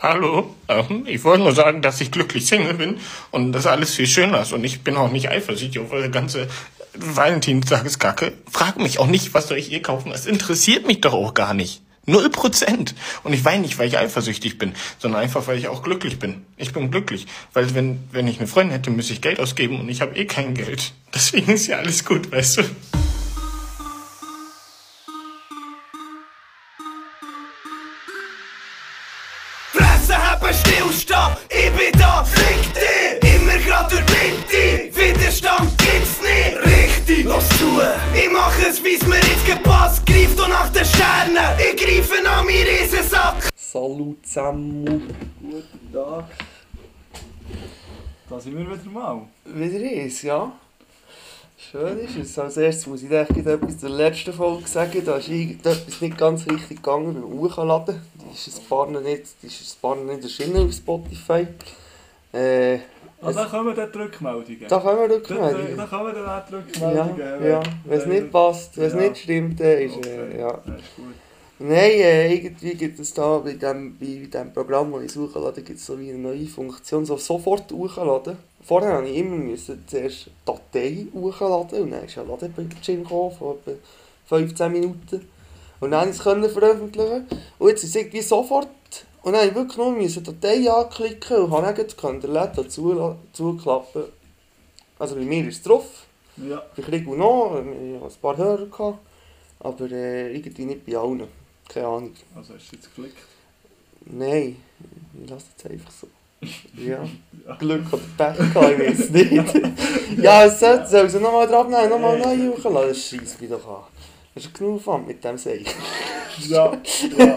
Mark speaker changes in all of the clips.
Speaker 1: Hallo, ähm, ich wollte nur sagen, dass ich glücklich Single bin und dass alles viel schöner ist. Und ich bin auch nicht eifersüchtig auf eure ganze Valentinstageskacke. Frag mich auch nicht, was soll ich ihr kaufen? Das interessiert mich doch auch gar nicht. Null Prozent. Und ich weine nicht, weil ich eifersüchtig bin, sondern einfach, weil ich auch glücklich bin. Ich bin glücklich. Weil wenn, wenn ich eine Freundin hätte, müsste ich Geld ausgeben und ich habe eh kein Geld. Deswegen ist ja alles gut, weißt du?
Speaker 2: Fresse haben, Stillstand, ich bin da, fick dich! Immer grad durch die Mitte, Widerstand gibt's nicht! Richtig, los zu! Ich mach es, wie's mir jetzt gepasst, greif doch nach den Sternen! Ich greife nach meinen Riesensack!
Speaker 3: Salut zusammen. Guten Tag.
Speaker 4: Da sind wir wieder mal.
Speaker 3: Wieder ist, ja. Schön ist es. Also, Als erstes muss ich dir gleich etwas zur letzten Folge sagen. Da ist irgendetwas nicht ganz richtig gegangen beim Hochladen. Die ist ein paar noch nicht, die ist ein paar noch nicht erschienen auf Spotify. Äh,
Speaker 4: Ah, da kommen dann die Rückmeldungen.
Speaker 3: da können wir
Speaker 4: Da- da- da
Speaker 3: Rückmeldungen.
Speaker 4: kommen dann auch die
Speaker 3: Ja,
Speaker 4: Rückmeldungen.
Speaker 3: ja. Wenn es nicht passt, wenn es
Speaker 4: Ja.
Speaker 3: nicht stimmt, dann ist
Speaker 4: Okay,
Speaker 3: äh, ja.
Speaker 4: Das ist gut.
Speaker 3: Nein, äh, irgendwie gibt es da bei dem, bei dem Programm, das ich hochlade, gibt es so wie eine neue Funktion, so sofort hochladen. Vorher habe ich immer müssen zuerst Datei hochladen und dann ist ein Ladebildschirm gekommen von etwa 15 Minuten. Und dann konnte ich es können veröffentlichen. Und jetzt ist es irgendwie sofort. Und dann habe ich wirklich nur müssen Datei anklicken und habe dann können den Laden zula- zuklappen. Also bei mir ist es drauf.
Speaker 4: Ja.
Speaker 3: Bei Krieg und noch, ich hatte ein paar Hörer, gehabt, aber äh, irgendwie nicht bei allen. Keine Ahnung.
Speaker 4: Also hast du jetzt geklickt.
Speaker 3: Nein, ich lasse es einfach so. Ja.
Speaker 4: Ja.
Speaker 3: Glück oder Pech gehabt, ich weiß nicht. ja, es sollte, soll sie nochmal drauf nehmen, nochmal neu hochladen. Das scheisst mich doch an. Das ist genug Aufwand mit dem Seil.
Speaker 4: Ja, ja.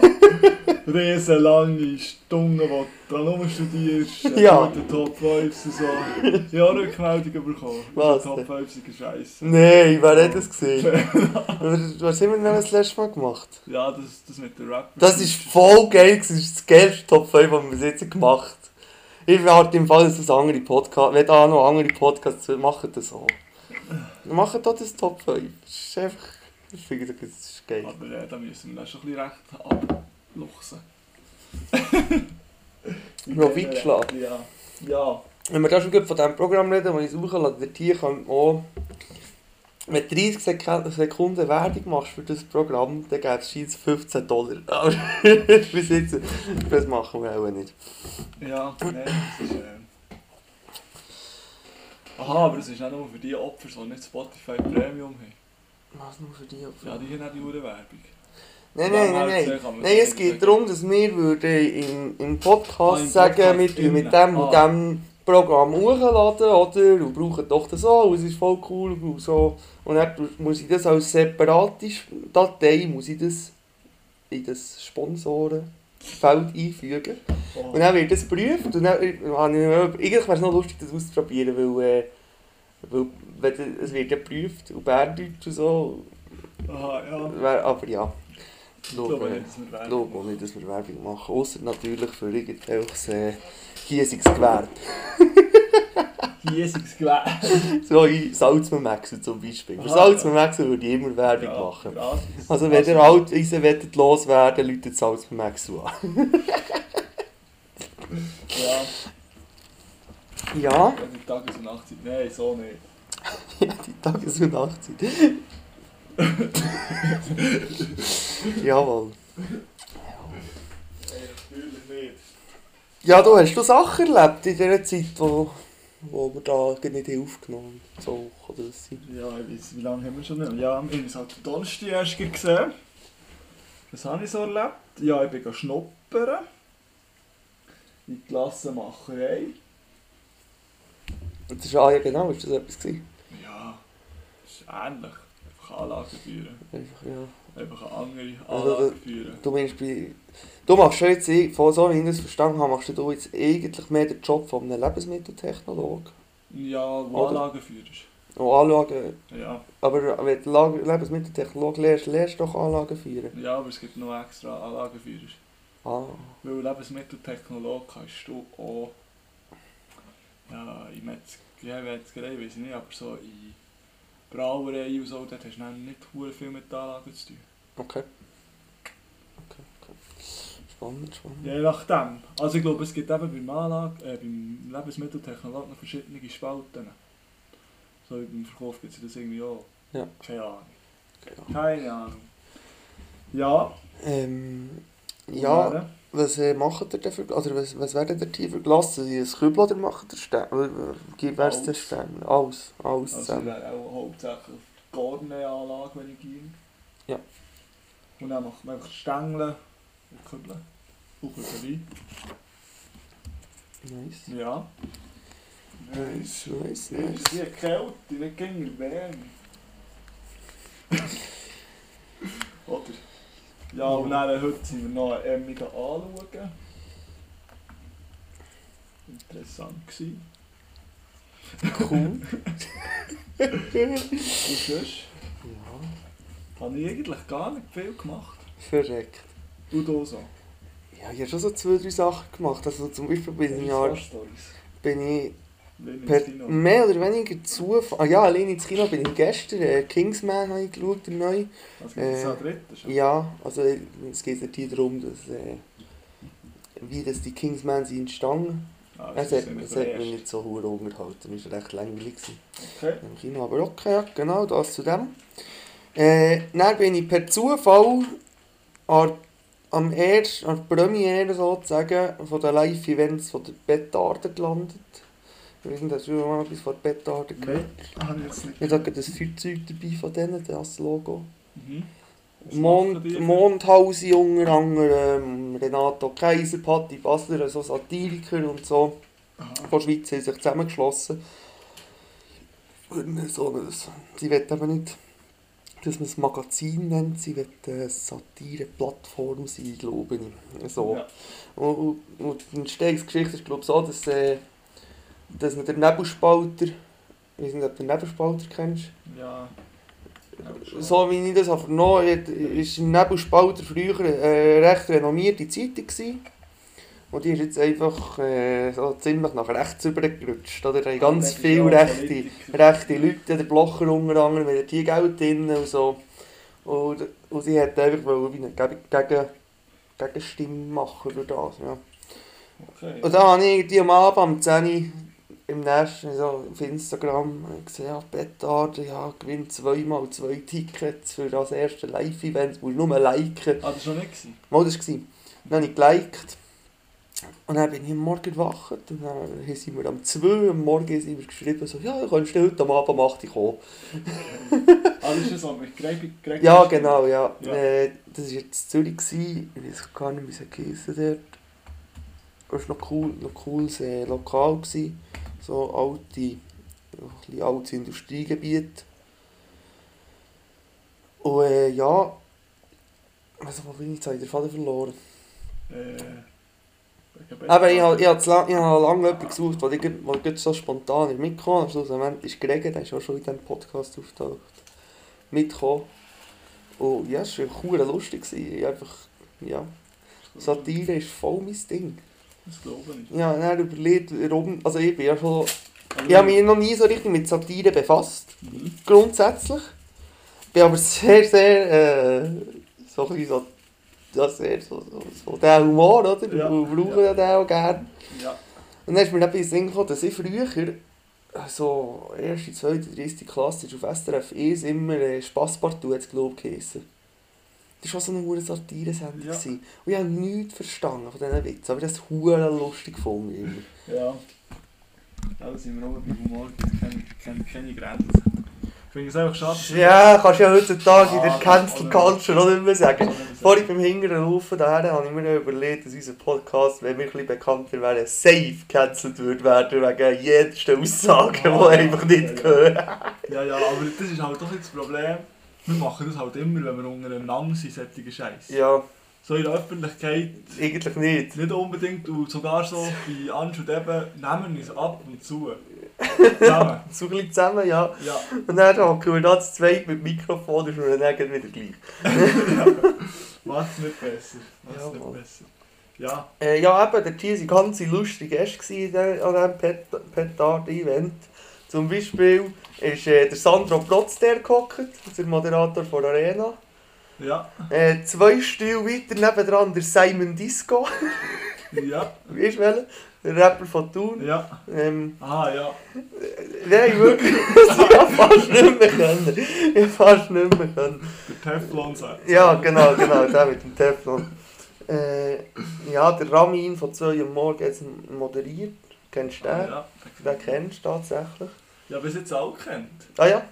Speaker 4: Riesenlange Stunden, wo du dran rumstudierst, äh,
Speaker 3: Ja.
Speaker 4: gute Top 5 und so. Ja, Rückmeldungen bekommen. Also
Speaker 3: Was
Speaker 4: Top
Speaker 3: denn?
Speaker 4: 5 sind scheiße.
Speaker 3: Nein, wer hat das gesehen? was, was haben wir denn das letzte Mal gemacht?
Speaker 4: Ja, das, das mit den Rappern.
Speaker 3: Das ist voll geil, gewesen. das ist das geilste Top 5, das wir bis jetzt gemacht haben. Ich warte im Fall, dass das andere Podcast, wenn da auch noch andere Podcasts sind, machen das auch. Machen doch das Top 5. Das ist einfach, ich finde das ist geil.
Speaker 4: Aber äh, da müssen wir dann schon ein bisschen recht abluchsen.
Speaker 3: Noch weit geschlagen.
Speaker 4: Ja. Ja.
Speaker 3: Wenn wir da schon gut von diesem Programm reden, das ich suchen lasse, der Tier kann auch, wenn du 30 Sek Sekunden Werbung machst für das Programm, dann gäbe es scheint 15 Dollar. Aber bis jetzt, das machen wir auch nicht.
Speaker 4: Ja, nee, das ist. Ähm... Aha, aber das ist nicht nur für die Opfer, die nicht Spotify Premium haben.
Speaker 3: Was nur für dich?
Speaker 4: Ja, die haben auch die Uhrenwerbung.
Speaker 3: Nein,
Speaker 4: Ja,
Speaker 3: nein,
Speaker 4: Marc,
Speaker 3: nein,
Speaker 4: so
Speaker 3: nein.
Speaker 4: kann man
Speaker 3: Nein,
Speaker 4: das
Speaker 3: es
Speaker 4: nicht
Speaker 3: geht
Speaker 4: sagen.
Speaker 3: darum, dass wir würden im, im
Speaker 4: Ah,
Speaker 3: Podcast
Speaker 4: im
Speaker 3: sagen,
Speaker 4: Podcast
Speaker 3: wir tun mit
Speaker 4: innen.
Speaker 3: dem und
Speaker 4: Ah.
Speaker 3: dem Programm hochladen, oder? Und brauchen doch das auch, und es ist voll cool und so. Und dann tu- muss ich das als separate Sch- Datei, muss ich das in das Sponsorenfeld einfügen.
Speaker 4: Oh.
Speaker 3: Und dann wird das geprüft und dann äh, habe ich noch- eigentlich wäre es noch lustig, das auszuprobieren, weil, äh, weil wenn, es wird ja geprüft und Bärdeutsch und so.
Speaker 4: Aha, ja.
Speaker 3: Wär- Aber ja.
Speaker 4: Ich
Speaker 3: Schau,
Speaker 4: glaube
Speaker 3: äh,
Speaker 4: nicht, dass wir Werbung
Speaker 3: Logo nicht, dass wir Werbung machen. Außer natürlich für irgendwelches äh, hiesiges Gewerbe.
Speaker 4: machen. Hiesiges Gewerbe.
Speaker 3: So in Salzmamaxen zum Beispiel. Für
Speaker 4: Aha,
Speaker 3: Salzmamaxen würde ich immer Werbung
Speaker 4: Ja,
Speaker 3: machen.
Speaker 4: krass.
Speaker 3: Also wenn ihr Alteisen wettet loswerden, läutet Salzmamaxen an.
Speaker 4: Ja,
Speaker 3: Ja,
Speaker 4: wenn die Tages- und Nachtzeit. Nein, so nicht.
Speaker 3: ja, die Tages- und Nachtzeit. Jawohl.
Speaker 4: Nein, natürlich nicht.
Speaker 3: Ja, du hast du Sachen erlebt in dieser Zeit, wo, wo wir da nicht aufgenommen haben. So kann das sein.
Speaker 4: Ja, ich weiß, wie lange haben wir schon nicht mehr? Ja, wir haben uns halt am Donnerstag erst gesehen. Was habe ich so erlebt? Ja, ich bin gegangen schnuppern. In die Klassenmacherei.
Speaker 3: Und das ist, ah, ja genau, ist das etwas gewesen?
Speaker 4: Ja, ist ähnlich. Einfach Anlagen führen.
Speaker 3: Einfach, ja.
Speaker 4: Einfach eine andere
Speaker 3: Also,
Speaker 4: Anlage führen.
Speaker 3: Du meinst bei... Du machst ja jetzt, eh- von so wie ich das verstanden habe, machst du jetzt eigentlich mehr den Job von einem Lebensmitteltechnologen.
Speaker 4: Ja, wo
Speaker 3: Oder-
Speaker 4: Anlagen führst.
Speaker 3: Und Anlagen...
Speaker 4: Ja.
Speaker 3: Aber wenn du Lag- Lebensmitteltechnologe lernst, lernst du doch Anlagen führen.
Speaker 4: ja, aber es gibt noch extra Anlagenführer.
Speaker 3: Ah,
Speaker 4: Weil du Lebensmitteltechnologe kannst du auch oh. ja, in Metz ja, Metzgerei, weiß ich nicht, aber so in Brauerei und so, dort hast du dann nicht hure viel mit Anlagen zu tun.
Speaker 3: okay. Okay, okay. Spannend, spannend.
Speaker 4: Je nachdem. Also ich glaube, es gibt eben beim, Anlage, äh, beim Lebensmitteltechnologen noch verschiedene Spalten. So wie beim Verkauf gibt es das irgendwie auch.
Speaker 3: Ja.
Speaker 4: Keine Ahnung.
Speaker 3: Keine
Speaker 4: Keine Ahnung. Ja.
Speaker 3: Ähm, ja,
Speaker 4: wäre-
Speaker 3: was äh, macht ihr denn für, oder was, was werden der Tier für Glasse? Ein Kübel oder macht ihr Stern? Gibt es der
Speaker 4: Alles.
Speaker 3: Stern? Alles, alles
Speaker 4: Also
Speaker 3: zusammen.
Speaker 4: wäre auch hauptsächlich die Gourmet-Anlage, wenn ich gehe.
Speaker 3: Ja.
Speaker 4: Und dann macht man einfach Stängel und Kübel. Und Kübel
Speaker 3: Nice.
Speaker 4: rein. Ja.
Speaker 3: Nice, nice,
Speaker 4: Das
Speaker 3: nice.
Speaker 4: ist wie eine Kälte, nicht gängig wärm. Oder? Ja, und dann äh, heute sind wir noch eine Emmiga anschauen. Interessant gewesen.
Speaker 3: Cool.
Speaker 4: Und sonst
Speaker 3: ja.
Speaker 4: habe ich eigentlich gar nicht viel gemacht.
Speaker 3: Verreckt.
Speaker 4: Und auch so.
Speaker 3: Ja, ich habe schon so zwei, drei Sachen gemacht. Also zum Beispiel bin ich, ja,
Speaker 4: Stories.
Speaker 3: bin ich
Speaker 4: Wenn
Speaker 3: per
Speaker 4: ich Kino.
Speaker 3: mehr oder weniger Zufall... Ah ja, allein ins Kino bin ich gestern. Äh, Kingsman habe ich geschaut, der neue.
Speaker 4: Was gibt es
Speaker 3: äh,
Speaker 4: da dritten schon?
Speaker 3: Ja, also äh, es geht natürlich darum, dass... Äh, wie das die Kingsman sind entstanden.
Speaker 4: Ah,
Speaker 3: Es
Speaker 4: das
Speaker 3: hat,
Speaker 4: ist nicht
Speaker 3: es
Speaker 4: der
Speaker 3: hat mich
Speaker 4: erste.
Speaker 3: nicht so hure unterhalten. Es war recht langweilig. Gewesen.
Speaker 4: Okay.
Speaker 3: im Kino, Äh, aber okay, ja, genau, das zu dem. Äh, dann bin ich per Zufall an, am erst, an der Premiere sozusagen von den Live-Events von der Bettarde gelandet. Ich weiß nicht, hast du schon mal etwas von der Bettarde gehört?
Speaker 4: Nein, habe ich jetzt nicht.
Speaker 3: Ich habe das Feuerzeug dabei von denen, das Logo.
Speaker 4: Mhm. Was machen die
Speaker 3: Mond,
Speaker 4: für-
Speaker 3: Mondhausi unter anderem, ähm, Renato Kaiser, Patti Bassler, so Satiriker und so
Speaker 4: Aha.
Speaker 3: von der Schweiz haben sich zusammengeschlossen. Würden wir so das. Sie wollen eben nicht, dass man es Magazin nennt, sie wollen eine Satire-Plattform sein, glaube ich. So.
Speaker 4: Ja.
Speaker 3: Und, und, und die Entstehungsgeschichte ist glaube ich so, dass, äh, dass man den Nebelspalter, ich weiß nicht, ob du den Nebelspalter kennst,
Speaker 4: Ja.
Speaker 3: so wie ich das habe vernommen habe, ist im Nebelspalter früher eine äh, recht renommierte Zeitung. Gewesen. Und die ist jetzt einfach äh, so ziemlich nach rechts rübergerutscht. Oder Da haben ganz
Speaker 4: Das ist
Speaker 3: viele
Speaker 4: ja
Speaker 3: rechte,
Speaker 4: Politiker.
Speaker 3: rechte Leute, der Blocher unter anderem, wenn die Geld drin und so. Und, und sie hat einfach wollen, wie eine Geg- Gegen, Gegenstimme machen für das. Ja.
Speaker 4: Okay.
Speaker 3: Und dann habe ich irgendwie am Abend um 10 Uhr im nächsten so auf Instagram gesehen, ja, Betard, ja, gewinnt zweimal zwei Tickets für das erste Live-Event, muss nur liken.
Speaker 4: Ah, das war schon nicht. gewesen?
Speaker 3: Mal das war. Dann habe ich geliked. Und dann bin ich am Morgen gewacht und dann sind wir am 2 am Morgen sind wir geschrieben, so, ja, kannst du heute am Abend um 8 Uhr kommen.
Speaker 4: Ah, das ist das, was mit Greg, Greg
Speaker 3: Ja, genau, ja.
Speaker 4: Ja.
Speaker 3: Äh, das war jetzt in Zürich. gewesen. Ich weiß gar nicht, wie es geheissen dort. Es war noch cool, noch cooles äh, Lokal. Gewesen. So alte, ein bisschen altes Industriegebiet. Und äh, ja, also wo bin ich jetzt? Habe ich den Faden verloren.
Speaker 4: Äh,
Speaker 3: Aber ich habe ich hab zu lang, ich hab lange jemanden gesucht, der ich, wo ich gerade so spontan ist mitgekommen ist. Schlussendlich ist Gregen, der ist auch schon in diesem Podcast auftaucht, mitgekommen. Und ja, es war cool lustig. gewesen. Ich einfach, ja, Satire ist voll mein Ding.
Speaker 4: Das glaube ich.
Speaker 3: Ja, dann überlegt, warum, also ich bin ja schon,
Speaker 4: Aber
Speaker 3: ich habe mich noch nie so richtig mit Satire befasst,
Speaker 4: Mhm.
Speaker 3: grundsätzlich. Bin aber sehr, sehr, äh, so ein bisschen so, ja, sehr, so, so, so der Humor, oder?
Speaker 4: Ja,
Speaker 3: Und brauche
Speaker 4: ja.
Speaker 3: den auch gerne.
Speaker 4: Ja.
Speaker 3: Und dann ist mir etwas Sinn gekommen, dass ich früher, so erste, zweite, dritte Klasse, ist auf SRF 1 immer äh, Spasspartout, hat's, glaub ich, geheissen. Das war auch so eine hure Satire-Sendung.
Speaker 4: Ja.
Speaker 3: gewesen. Und ich habe nichts verstanden von diesen Witzen, aber ich habe es hure lustig gefunden. Immer.
Speaker 4: Ja. Also sind wir oben beim Humor, gibt keine, keine, keine Grenzen. Ich finde es einfach schade. dass-
Speaker 3: Ja, kannst du ja heutzutage in der
Speaker 4: Ah,
Speaker 3: Cancel Culture auch nicht mehr
Speaker 4: Kann
Speaker 3: sagen.
Speaker 4: man nicht
Speaker 3: Vorhin
Speaker 4: sagen.
Speaker 3: beim Hingern Laufen daher habe ich mir noch überlegt, dass unser Podcast, wenn wir ein bisschen bekannter wären, safe gecancelt würde werden wegen jeder Aussage,
Speaker 4: Ah,
Speaker 3: die einfach
Speaker 4: ja,
Speaker 3: nicht
Speaker 4: ja.
Speaker 3: gehört.
Speaker 4: Ja, ja, aber das ist halt doch jetzt das Problem. Wir machen das halt immer, wenn wir untereinander sind, solche Scheiße.
Speaker 3: Ja,
Speaker 4: So in der Öffentlichkeit
Speaker 3: eigentlich nicht.
Speaker 4: Nicht unbedingt und sogar so bei Anschluss eben nehmen wir uns ab und zu. Zusammen.
Speaker 3: so ein bisschen zusammen, ja.
Speaker 4: Ja,
Speaker 3: Und dann halt hocken wir da zu zweit mit dem Mikrofon, ist mir dann gleich wieder gleich.
Speaker 4: was nicht besser. Was
Speaker 3: Ja,
Speaker 4: nicht
Speaker 3: Mann.
Speaker 4: besser. Ja,
Speaker 3: Äh, ja, eben, der Tier waren ganz lustige Gäste gewesen an diesem Pet- Petard-Event. Zum Beispiel ist äh, der Sandro Protz der gehockt, der Moderator von Arena.
Speaker 4: Ja,
Speaker 3: Äh, zwei Stühle weiter nebendran der Simon Disco.
Speaker 4: ja,
Speaker 3: Weißt du welchen? Der Rapper von Thun.
Speaker 4: ja.
Speaker 3: Ähm,
Speaker 4: Ah, ja.
Speaker 3: nein, wirklich. ich hab fast nicht mehr können. Ich hab fast nicht mehr können.
Speaker 4: Der Teflon sagt.
Speaker 3: Ja, genau, genau, der mit dem Teflon. Äh, ja, der Ramin von 2 Uhr morgens moderiert. Kennst du den?
Speaker 4: Ah, ja.
Speaker 3: Den kennst du tatsächlich.
Speaker 4: Ja, bis jetzt auch kennt.
Speaker 3: Ah ja,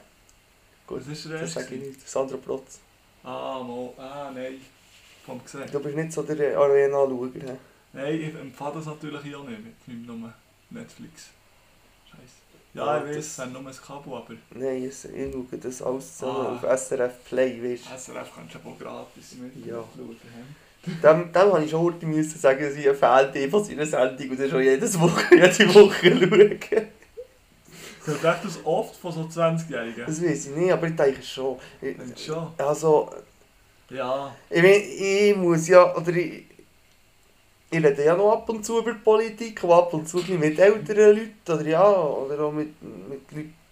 Speaker 3: Gut,
Speaker 4: Was ist er
Speaker 3: das
Speaker 4: erst?
Speaker 3: sage ich nicht. Sandra Plotz.
Speaker 4: Ah, mo. Ah, nein. Vom gesehen.
Speaker 3: Du bist nicht so der ne? Arena-Schauer. hä?
Speaker 4: Nein, ich empfehle das natürlich hier nicht mit meinem Namen Netflix. Scheiße.
Speaker 3: Ja,
Speaker 4: Ja, ich weiß,
Speaker 3: das-
Speaker 4: es hat nur ein Kabel, aber
Speaker 3: Nein, ich, ich schaue das alles
Speaker 4: Ah.
Speaker 3: zusammen auf SRF Play, weißt du.
Speaker 4: SRF kannst du aber gratis mit
Speaker 3: Ja.
Speaker 4: schauen.
Speaker 3: Dem, dem habe ich schon heute müssen sagen, dass ich ein Fan bin von seiner Sendung und das schon jedes Woche, jede Woche schaue.
Speaker 4: Du denkst das oft von so 20-Jährigen?
Speaker 3: Das weiß ich nicht, aber ich denke schon. Ich,
Speaker 4: Und schon.
Speaker 3: also,
Speaker 4: Ja.
Speaker 3: ich, mein, ich muss ja, oder ich, ich rede ja noch ab und zu über die Politik, und ab und zu ein bisschen mit älteren Leuten, oder ja, oder auch mit, mit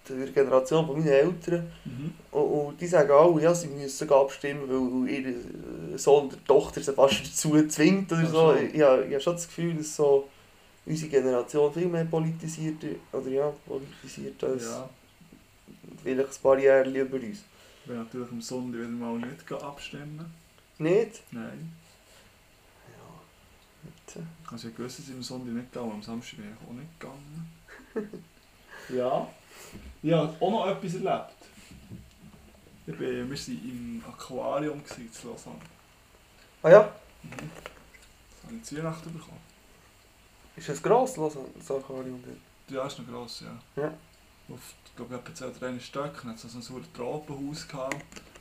Speaker 3: Leuten der Generation von meinen Eltern.
Speaker 4: Mhm.
Speaker 3: Und, und die sagen auch, ja, sie müssen sogar abstimmen, weil ihr Sohn oder Tochter sie fast dazu zwingt oder
Speaker 4: Ach
Speaker 3: so.
Speaker 4: so.
Speaker 3: Ich, ich habe schon das Gefühl, dass so unsere Generation viel mehr politisiert, oder ja, politisiert als
Speaker 4: Ja.
Speaker 3: vielleicht ein paar Jahre über uns.
Speaker 4: Ich will natürlich am Sonntag wieder mal nicht gehen abstimmen.
Speaker 3: Nicht?
Speaker 4: Nein. Also ich wusste, dass ich am Sonntag nicht gehe, aber am Samstag bin ich auch nicht gegangen. ja. Ja, auch noch etwas erlebt. Ich bin, wir waren im Aquarium gewesen, in Lausanne.
Speaker 3: Ah ja,
Speaker 4: Das habe ich zu Weihnachten bekommen.
Speaker 3: ist das gross, Lausanne, das Aquarium dort?
Speaker 4: Ja, ist noch gross, ja.
Speaker 3: Ja.
Speaker 4: Auf, ich glaube, etwa 10 oder 11 Stöcken. Dann hatte es so ein sauer Tropenhaus. Gehabt.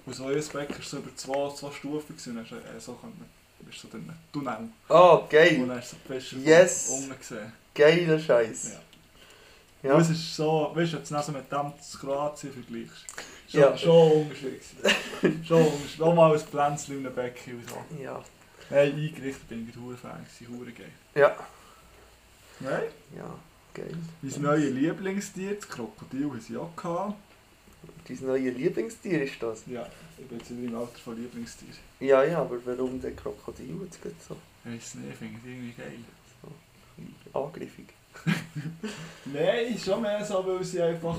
Speaker 4: Und so ein Becken war so über zwei, zwei Stufen. Gewesen. Und dann hast du, äh, so können, du bist so in einem Tunnel.
Speaker 3: Ah,
Speaker 4: Und
Speaker 3: geil.
Speaker 4: dann hast du so die Fische
Speaker 3: Yes.
Speaker 4: von unten gesehen.
Speaker 3: Geiler Scheiß.
Speaker 4: Ja.
Speaker 3: Ja.
Speaker 4: Und es ist so, weißt du, jetzt nicht so mit dem zu Kroatien vergleichst. Schon,
Speaker 3: Ja.
Speaker 4: schon unterschiedlich. schon unterschiedlich. Noch mal ein Pflänzchen in einem Becken und so.
Speaker 3: Ja.
Speaker 4: Hey, eingerichtet bin ich ein Fan, sie hure geil.
Speaker 3: Ja.
Speaker 4: Nein?
Speaker 3: Ja, geil.
Speaker 4: Mein neues Lieblingstier, das Krokodil, haben sie auch gehabt.
Speaker 3: Dein neues Lieblingstier ist das?
Speaker 4: Ja, ich bin jetzt wieder im Alter von Lieblingstier.
Speaker 3: Ja, ja, aber warum der Krokodil jetzt gerade so
Speaker 4: Ich weiß nicht, ich finde es irgendwie geil.
Speaker 3: angriffig?
Speaker 4: Nein, schon mehr so, weil sie einfach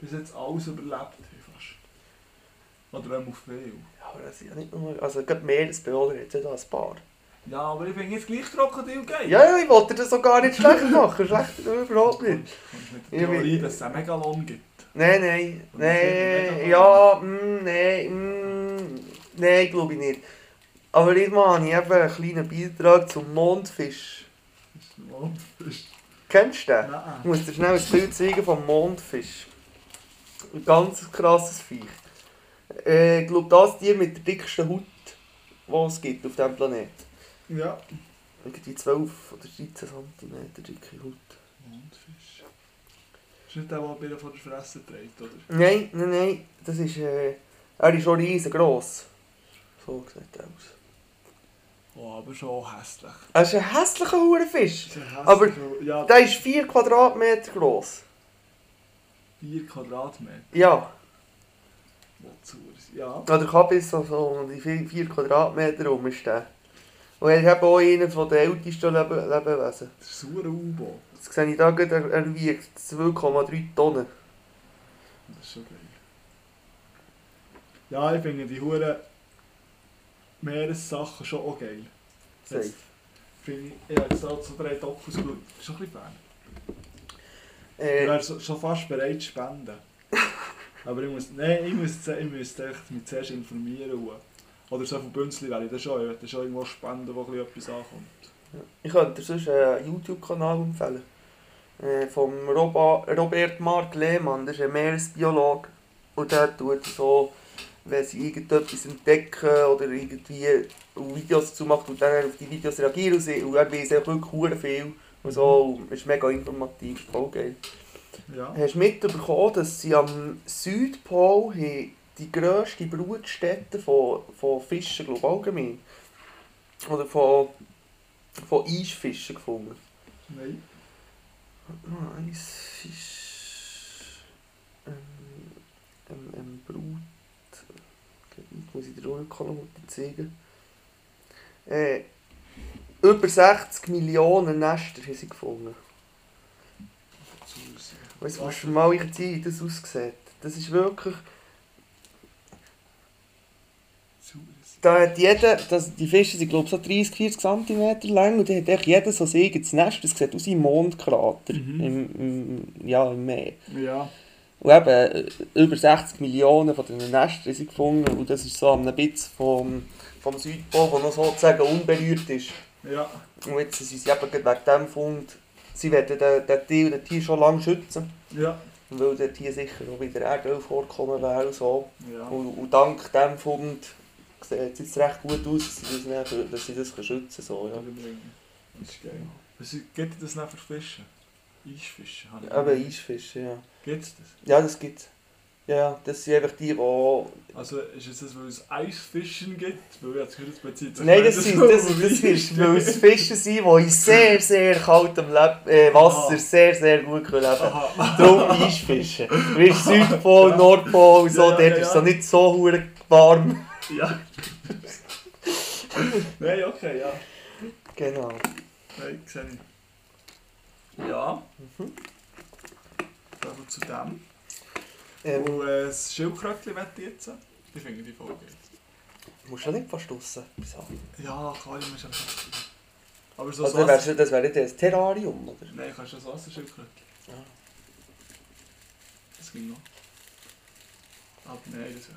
Speaker 4: bis jetzt alles überlebt haben fast. Oder auch viel.
Speaker 3: Ja, aber das ist ja nicht nur... Also gerade Meeresbewohner hat ja da ein paar.
Speaker 4: Ja, aber ich finde jetzt gleich Krokodil geil.
Speaker 3: Ja, ja, ich wollte das auch gar nicht schlecht machen. schlecht überhaupt nicht.
Speaker 4: Kommst mit der
Speaker 3: Ich
Speaker 4: Theorie,
Speaker 3: bin-
Speaker 4: dass es einen Megalon gibt?
Speaker 3: Nein, nein,
Speaker 4: Und das wird
Speaker 3: nein,
Speaker 4: nicht
Speaker 3: ja, mm, nein, mm, nein, glaube ich nicht. Aber diesmal habe ich eben einen kleinen Beitrag zum Mondfisch.
Speaker 4: Das ist ein Mondfisch.
Speaker 3: Kennst du den? Ich
Speaker 4: Nein.
Speaker 3: muss dir schnell ein Bild zeigen vom Mondfisch. Ein ganz krasses Viech. Äh, ich glaube, das Tier mit der dicksten Haut, die es gibt auf diesem Planeten.
Speaker 4: Ja.
Speaker 3: Irgendwie 12 oder 13 cm dicke Haut.
Speaker 4: Mondfisch. Ist nicht der, der bei von der Fresse trägt, oder?
Speaker 3: Nein, nein, nein, das ist... Äh, er ist schon riesengroß. So sieht er aus.
Speaker 4: Oh, aber schon hässlich.
Speaker 3: Er ist ein hässlicher Hurenfisch.
Speaker 4: Ist er hässlich?
Speaker 3: Aber-
Speaker 4: Ja,
Speaker 3: Der ist 4 Quadratmeter groß.
Speaker 4: 4 Quadratmeter.
Speaker 3: Ja, Nou,
Speaker 4: Wozu? Ja.
Speaker 3: oder kann bis so, so um die 4 Quadratmeter rumstehen. Und er hat eben auch einen von den ältesten Lebe Lebewesen.
Speaker 4: Das ist ein saurer U-Boot.
Speaker 3: Das sehe ich da gerade, er, er wiegt 2,3 Tonnen.
Speaker 4: Das ist schon geil. Ja, ich finde die Huren Meeressachen schon auch geil.
Speaker 3: Safe.
Speaker 4: Finde ich, ich habe jetzt auch so drei Dokus geschaut. Ist Schon ein bisschen fern. Ich
Speaker 3: Äh,
Speaker 4: wäre so- schon fast bereit zu spenden. Aber ich muss, nein, ich muss, ich muss echt mich zuerst informieren. und- Oder so von Bünzli wäre ich dann schon. Ich würde dann schon irgendwo spenden, wo ein bisschen etwas ankommt.
Speaker 3: ich könnte dir sonst einen YouTube-Kanal empfehlen. Äh, vom Roba, Robert Mark Lehmann, das ist ein Meeresbiologe. Und der tut so, wenn sie irgendetwas entdecken oder irgendwie Videos zu machen und dann auf die Videos reagieren und, sie, und er weiss auch wirklich verdammt viel. Und so, und ist mega informativ, voll geil.
Speaker 4: Ja.
Speaker 3: Hast du mitbekommen, dass sie am Südpol haben die grösste Brutstätte von, von Fischen, glaube ich, allgemein. Oder von, von Eisfischen gefunden.
Speaker 4: Nein.
Speaker 3: Ah, Eisfisch. Ähm, ähm, ähm, Brutgebiet. muss ich dir auch noch mal zeigen. Äh, über 60 Millionen Nester haben sie gefunden. Und jetzt musst du mal euch zeigen, wie das aussieht. Das ist wirklich... Da hat jeder, das, die Fische sind glaube ich so 30, 40 cm lang und da hat echt jeder so sein eigenes Nest. Das sieht aus wie ein Mondkrater
Speaker 4: Mhm.
Speaker 3: im, im, ja, im Meer.
Speaker 4: Ja.
Speaker 3: Und eben, äh, über 60 Millionen von diesen Nestern sind gefunden und das ist so ein bisschen vom, vom Südpol, der noch sozusagen unberührt ist.
Speaker 4: Ja.
Speaker 3: Und jetzt sind sie eben gerade wegen dem Fund, sie werden den, den Teil den Tier schon lange schützen,
Speaker 4: Ja.
Speaker 3: weil der Tier sicher noch wieder Erdöl vorkommen wäre und so.
Speaker 4: Ja.
Speaker 3: Und, und dank dem Fund sieht es jetzt recht gut aus, dass sie das, dann, dass sie das schützen können. So, ja.
Speaker 4: überbringen. Das ist geil. Was gibt dir das nicht für Fische? Eisfische? habe ich
Speaker 3: Eben
Speaker 4: gehört.
Speaker 3: Eisfische, ja.
Speaker 4: Gibt's das?
Speaker 3: Ja, das gibt Ja, das sind einfach die, die
Speaker 4: Also ist es das, weil es Eisfischen gibt? Weil ich jetzt gehört, es bezieht sich
Speaker 3: Nein,
Speaker 4: nicht
Speaker 3: das,
Speaker 4: auf
Speaker 3: sind, das,
Speaker 4: Eis.
Speaker 3: das ist, weil es Fische sind, die in sehr, sehr kaltem Leb äh, Wasser
Speaker 4: Ah.
Speaker 3: sehr, sehr gut können leben können.
Speaker 4: Aha.
Speaker 3: Darum Eisfische. Weißt du, Südpol, Nordpol, so,
Speaker 4: Ja,
Speaker 3: dort
Speaker 4: ja,
Speaker 3: ist es
Speaker 4: ja.
Speaker 3: so nicht so hure warm.
Speaker 4: Ja. Nein, okay, ja.
Speaker 3: Genau.
Speaker 4: Nein, sehe ich. Mhm. Ja. Gehen wir zu dem.
Speaker 3: Ähm,
Speaker 4: Und äh, das Schildkrötchen möchte ich jetzt. Die finde die voll geil.
Speaker 3: musst du ja nicht verstossen. Wieso?
Speaker 4: Ja, kann ich mir schon vorstellen. Aber so
Speaker 3: Also,
Speaker 4: ein
Speaker 3: das
Speaker 4: Wasser...
Speaker 3: wäre das wär nicht ein Terrarium, oder?
Speaker 4: Nein, kannst du das Wasserschildkrötchen?
Speaker 3: Ja.
Speaker 4: Das ging noch. Aber nein, das ist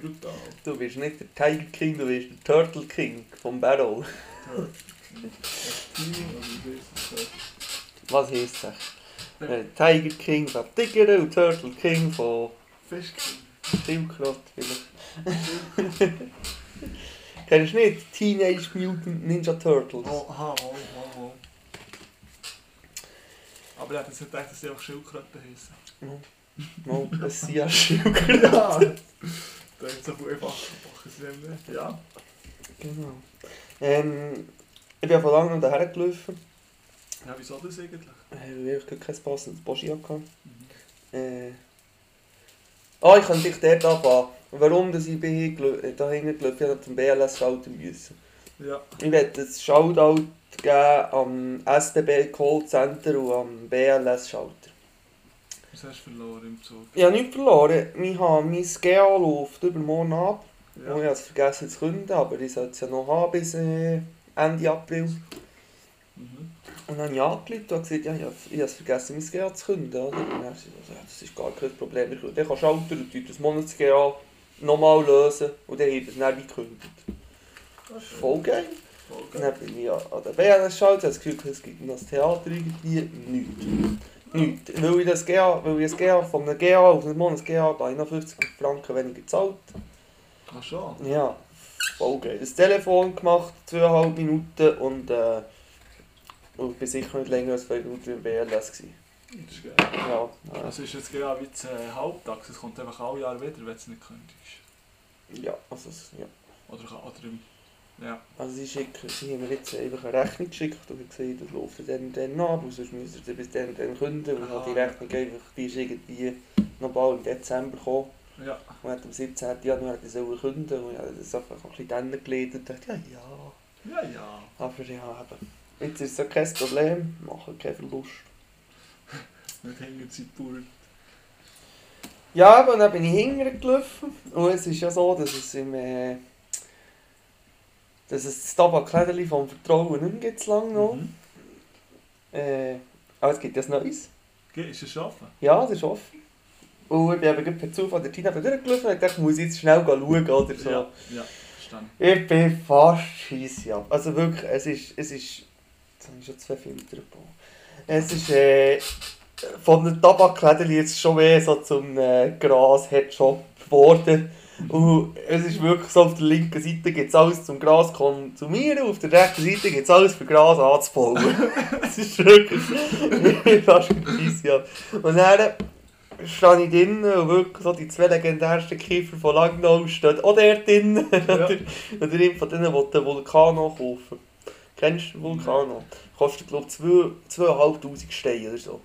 Speaker 4: brutal.
Speaker 3: Du bist nicht der Tiger King, du bist der Turtle King vom Barrel.
Speaker 4: Turtle. Reptil, also, oder wie heißt das?
Speaker 3: Was heisst das? Äh, Tiger King von Tigern und Turtle King von
Speaker 4: Fisch.
Speaker 3: Schildkröte vielleicht. Kennst du nicht? Teenage Mutant Ninja Turtles.
Speaker 4: Oh, aha, oh, oh, oh. Aber ich hätte jetzt nicht gedacht, dass die auch Schildkröten heissen.
Speaker 3: Mal, das sind ja Schildkröte.
Speaker 4: Ja! da ist so gut einfach machen sie dem nicht. Ja.
Speaker 3: Genau. Ähm, ich bin vor langem daher gelaufen.
Speaker 4: Ja, wieso das eigentlich?
Speaker 3: Äh, Ich habe wirklich kein passendes Boschi gehabt.
Speaker 4: Mhm.
Speaker 3: Äh. Ah, ich könnte dich dort anfangen. Warum dass ich bin hingel- äh, da hingelaufen bin, ich zum BLS schalten müssen.
Speaker 4: Ja.
Speaker 3: Ich werde ein Shoutout geben am SBB Call Center und am BLS Schalter.
Speaker 4: Was hast du verloren im Zug?
Speaker 3: Ich habe nichts verloren. Ich habe mein GA läuft übermorgen ab.
Speaker 4: Ja.
Speaker 3: Und ich habe es vergessen zu künden, aber ich sollte es ja noch haben bis äh, Ende April. Und
Speaker 4: Mhm.
Speaker 3: dann habe ich angerufen und gesagt, ja, ich habe, ich habe es vergessen, mein GA zu künden. Oder? Und er hat gesagt, ja, das ist gar kein Problem. Ich- Dann kannst du Alter und tut das Monats-GA nochmal lösen und dann habe ich es dann wie gekündigt.
Speaker 4: Das ist
Speaker 3: Voll geil.
Speaker 4: Voll
Speaker 3: Dann
Speaker 4: geil.
Speaker 3: habe ich mich an an der BLS geschaltet, habe das Gefühl, es gibt noch das Theater irgendwie. Nichts. Nichts. Weil ich das GA, weil ich das GA von einem GA auf einen Monat GA habe ich noch 50 Franken weniger gezahlt.
Speaker 4: Ach schon?
Speaker 3: Ja, voll geil. Das Telefon gemacht, zweieinhalb Minuten und äh, und ich bin sicher nicht länger als zwei Minuten im BLS gewesen.
Speaker 4: Das ist geil.
Speaker 3: Ja, äh,
Speaker 4: Das ist jetzt genau wie das äh, Halbtag. Es kommt einfach alle Jahre wieder, wenn du es nicht kündigst.
Speaker 3: ja, also, es- ja.
Speaker 4: Oder, oder im... Ja.
Speaker 3: Also sie, schicken, sie haben mir jetzt einfach eine Rechnung geschickt und haben gesagt, das läuft dann und dann ab, und sonst müsst ihr sie bis dann und dann künden. Und ich habe die
Speaker 4: Ah.
Speaker 3: Rechnung einfach, die ist irgendwie noch bald im Dezember gekommen.
Speaker 4: Ja.
Speaker 3: Und hat am 17. Januar hätte ich sollen künden und ich habe das einfach ein bisschen dann gelegt und dachte, ja, ja.
Speaker 4: Ja, ja.
Speaker 3: Aber ja, eben. Jetzt ist es ja kein Problem, machen keinen Verlust.
Speaker 4: Nicht hängen sie Bauern.
Speaker 3: Ja, aber dann bin ich hingelaufen. Und es ist ja so, dass es im. Äh, dass es das Tabakläderli vom Vertrauen nicht mehr gibt, so lange noch.
Speaker 4: Mhm.
Speaker 3: Äh, aber es gibt ja ein neues.
Speaker 4: Ge- Ist es offen?
Speaker 3: Ja, das ist offen. Und ich bin eben gerade per Zufall der Tina durchgelaufen und dachte, ich muss jetzt schnell schauen oder so.
Speaker 4: Ja. Ja, verstanden.
Speaker 3: Ich bin fast scheisse ab. Also wirklich, es ist. Es ist jetzt habe ich schon zwei Filter gebaut. Es ist. Äh, von den Tabaklädern jetzt schon mehr so zum äh, Gras-Headshop geworden. Und es ist wirklich so, auf der linken Seite gibt es alles zum Gras konsumieren, auf der rechten Seite gibt es alles für Gras anzubauen. Es ist wirklich ich bin fast scheisse ab. Und dann stand ich drinnen und wirklich so die zwei legendärsten Kiefer von Langnau stehen auch dort drinnen.
Speaker 4: Ja.
Speaker 3: Oder eben von denen, die den Vulcano kaufen. Kennst du den Vulcano? Kostet, glaube ich, 2'500 Steine oder so.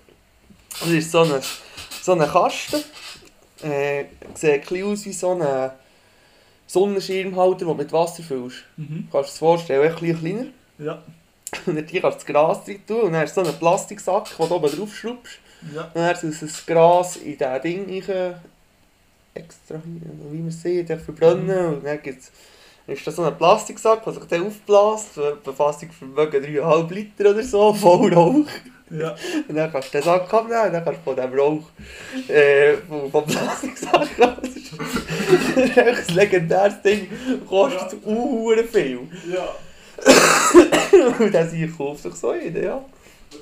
Speaker 3: Das ist so ein so eine Kasten. Äh, sieht ein bisschen aus wie so eine, Sonnenschirmhalter, den du mit Wasser füllst.
Speaker 4: Mhm.
Speaker 3: Kannst du dir das vorstellen, ein bisschen kleiner.
Speaker 4: Ja.
Speaker 3: Und dann hier kannst du das Gras rein tun und dann hast du so einen Plastiksack, den du oben drauf schraubst.
Speaker 4: Ja.
Speaker 3: Und dann soll das Gras in diesen Ding rein, extra, also wie man sieht, dann verbrennen. Und dann gibt's, dann ist das so ein Plastiksack, der sich dann aufbläst, so etwa Fassungsvermögen 3,5 Liter oder so, voll Rauch.
Speaker 4: Ja.
Speaker 3: Und dann kannst du den Sack abnehmen und dann kannst du von dem Rauch, äh, vom, vom Plastiksack ab. Das ist ein legendäres Ding, kostet ja. viel.
Speaker 4: Ja.
Speaker 3: Und dann sie kauft sich so jeder, ja.
Speaker 4: Und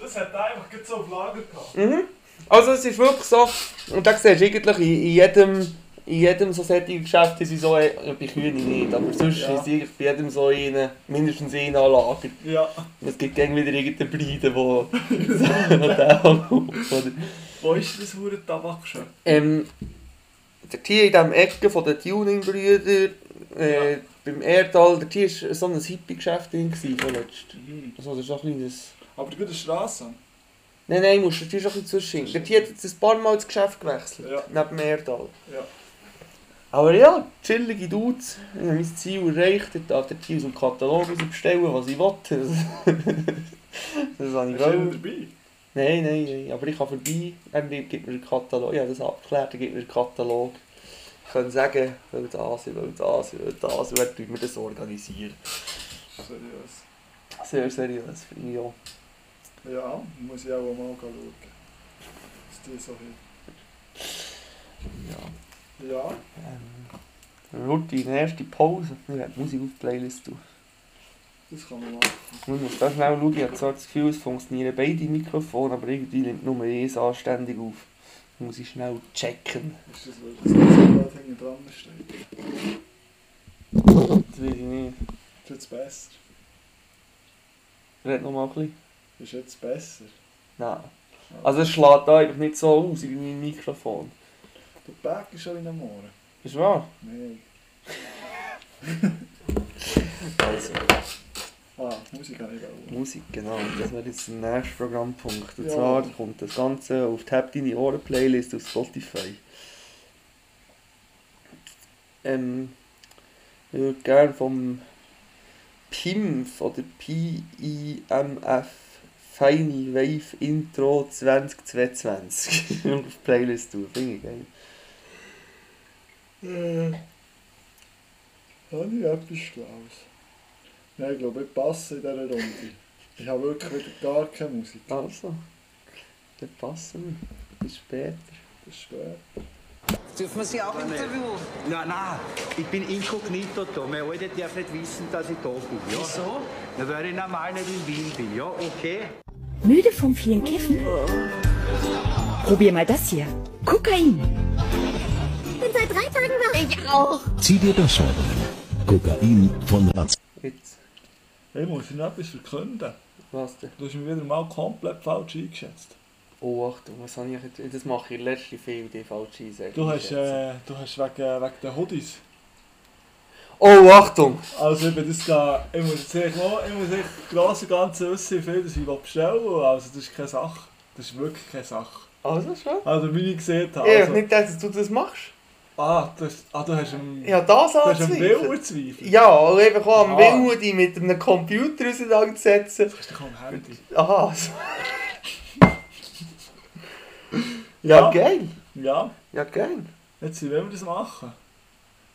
Speaker 4: das hat er einfach gerade so auf Lager gehabt.
Speaker 3: Mhm. Also es ist wirklich so, und da siehst du eigentlich in, in jedem, in jedem so solchen Geschäft ist es so, äh, bei Kühnen nicht, aber sonst
Speaker 4: Ja.
Speaker 3: ist eigentlich bei jedem so einen, mindestens einen an Lager.
Speaker 4: Ja.
Speaker 3: Und es gibt gegen wieder irgendeinen Breiden, wo der oder,
Speaker 4: Wo ist das hure Tabakgeschäft?
Speaker 3: ähm, der Tier in diesem Ecke von den Tuning-Brüdern, äh,
Speaker 4: Ja.
Speaker 3: beim Erdal, der Tier war so ein Hippie-Geschäft drin gewesen vorletzt.
Speaker 4: Mhm.
Speaker 3: Also das ist so ein kleines...
Speaker 4: Aber die gute Straße.
Speaker 3: Nein, nein, musst du natürlich auch ein bisschen zuschicken. Der Tier hat jetzt ein paar Mal das Geschäft gewechselt,
Speaker 4: Ja.
Speaker 3: neben dem Erdal.
Speaker 4: Ja.
Speaker 3: Aber ja, chillige Dudes. Ich habe mein Ziel erreicht. Ich darf den Tier aus dem Katalog raus bestellen, was ich will. Das, das habe ich
Speaker 4: Ist jeder
Speaker 3: wollen.
Speaker 4: dabei?
Speaker 3: Nein, nein, nein. Aber ich kann vorbei. Er nimmt- gibt mir den Katalog. Ja, das abgeklärt. Er gibt mir den Katalog. Ich kann sagen, ich will das, ich will das, ich will das. Und dann tun wir das organisieren.
Speaker 4: Seriös.
Speaker 3: Sehr seriös, finde ich auch.
Speaker 4: Ja, muss ich auch mal schauen. Ist die so hin.
Speaker 3: Ja.
Speaker 4: Ja.
Speaker 3: Ähm, Ruti, eine erste Pause. Ich werde die Musik auf die Playlist tun.
Speaker 4: Das kann man machen.
Speaker 3: Ich muss da schnell schauen, ich habe zwar das Gefühl, es funktionieren beide Mikrofone, aber irgendwie nimmt nur eins anständig auf. Muss ich schnell checken.
Speaker 4: Ist das wirklich das, was gerade hinten dran steht?
Speaker 3: Das weiß ich nicht.
Speaker 4: Ist jetzt besser?
Speaker 3: Red noch mal ein bisschen.
Speaker 4: Ist jetzt besser?
Speaker 3: Nein. Also es schlägt da einfach nicht so aus wie mein Mikrofon.
Speaker 4: Der Back ist schon in am Ohren.
Speaker 3: Ist wahr?
Speaker 4: Nein.
Speaker 3: Also,
Speaker 4: Ah, Musik habe ich auch.
Speaker 3: Musik, genau. Das wäre jetzt der nächste Programmpunkt. Und
Speaker 4: Ja.
Speaker 3: zwar kommt das Ganze auf die Hab deine Ohren Playlist auf Spotify. Ähm, ich würde gerne vom PIMF oder PIMF Final Wave Intro 2022 auf die Playlist tun. Finde ich geil.
Speaker 4: Äh. Habe ich etwas Schlaues? Nein, ich glaube, ich passe in dieser Runde. Ich habe wirklich wieder gar keine Musik.
Speaker 3: Also, dann passen wir. Bis später.
Speaker 4: Das ist schwer.
Speaker 5: Dürfen wir Sie auch interviewen?
Speaker 6: Na, na, ich bin inkognito da. Meine Alte darf nicht wissen, dass ich da bin. Ja? Wieso? Na, weil ich normal nicht in Wien bin. Ja, okay.
Speaker 7: Müde vom vielen Kiffen? Probier mal das hier. Kokain.
Speaker 8: bin seit drei Tagen wach. Ich auch.
Speaker 9: Zieh dir das rein. Kokain von Raz.
Speaker 3: Jetzt,
Speaker 4: Ich muss Ihnen etwas verkünden.
Speaker 3: was denn?
Speaker 4: Du hast mich wieder mal komplett falsch eingeschätzt.
Speaker 3: Oh, Achtung, was habe ich jetzt? Das mache ich in der letzten Film, die falsche Einsage.
Speaker 4: Du hast, äh, du hast wegen, wegen den Hoodies.
Speaker 3: Oh, Achtung!
Speaker 4: Also eben, das geht, ich muss jetzt echt mal, ich muss echt im Großen und Ganzen wissen, wie viel das ich bestellen will. Also das ist keine Sache. Das ist wirklich keine Sache.
Speaker 3: Also schon?
Speaker 4: Also wie ich gesehen habe.
Speaker 3: Ich habe
Speaker 4: Also,
Speaker 3: nicht gedacht, dass du das machst.
Speaker 4: ah, das, ah, du hast einen,
Speaker 3: Ich habe das
Speaker 4: du hast einen
Speaker 3: anzweifeln.
Speaker 4: Willen Zweifel.
Speaker 3: Ja, und einfach auch am
Speaker 4: Ah.
Speaker 3: Willen, die mit einem Computer auseinanderzusetzen.
Speaker 4: Hast du kaum Handy?
Speaker 3: Aha. also. so. Ja,
Speaker 4: Ja.
Speaker 3: geil.
Speaker 4: Ja,
Speaker 3: Ja, geil.
Speaker 4: jetzt wie wollen wir das machen?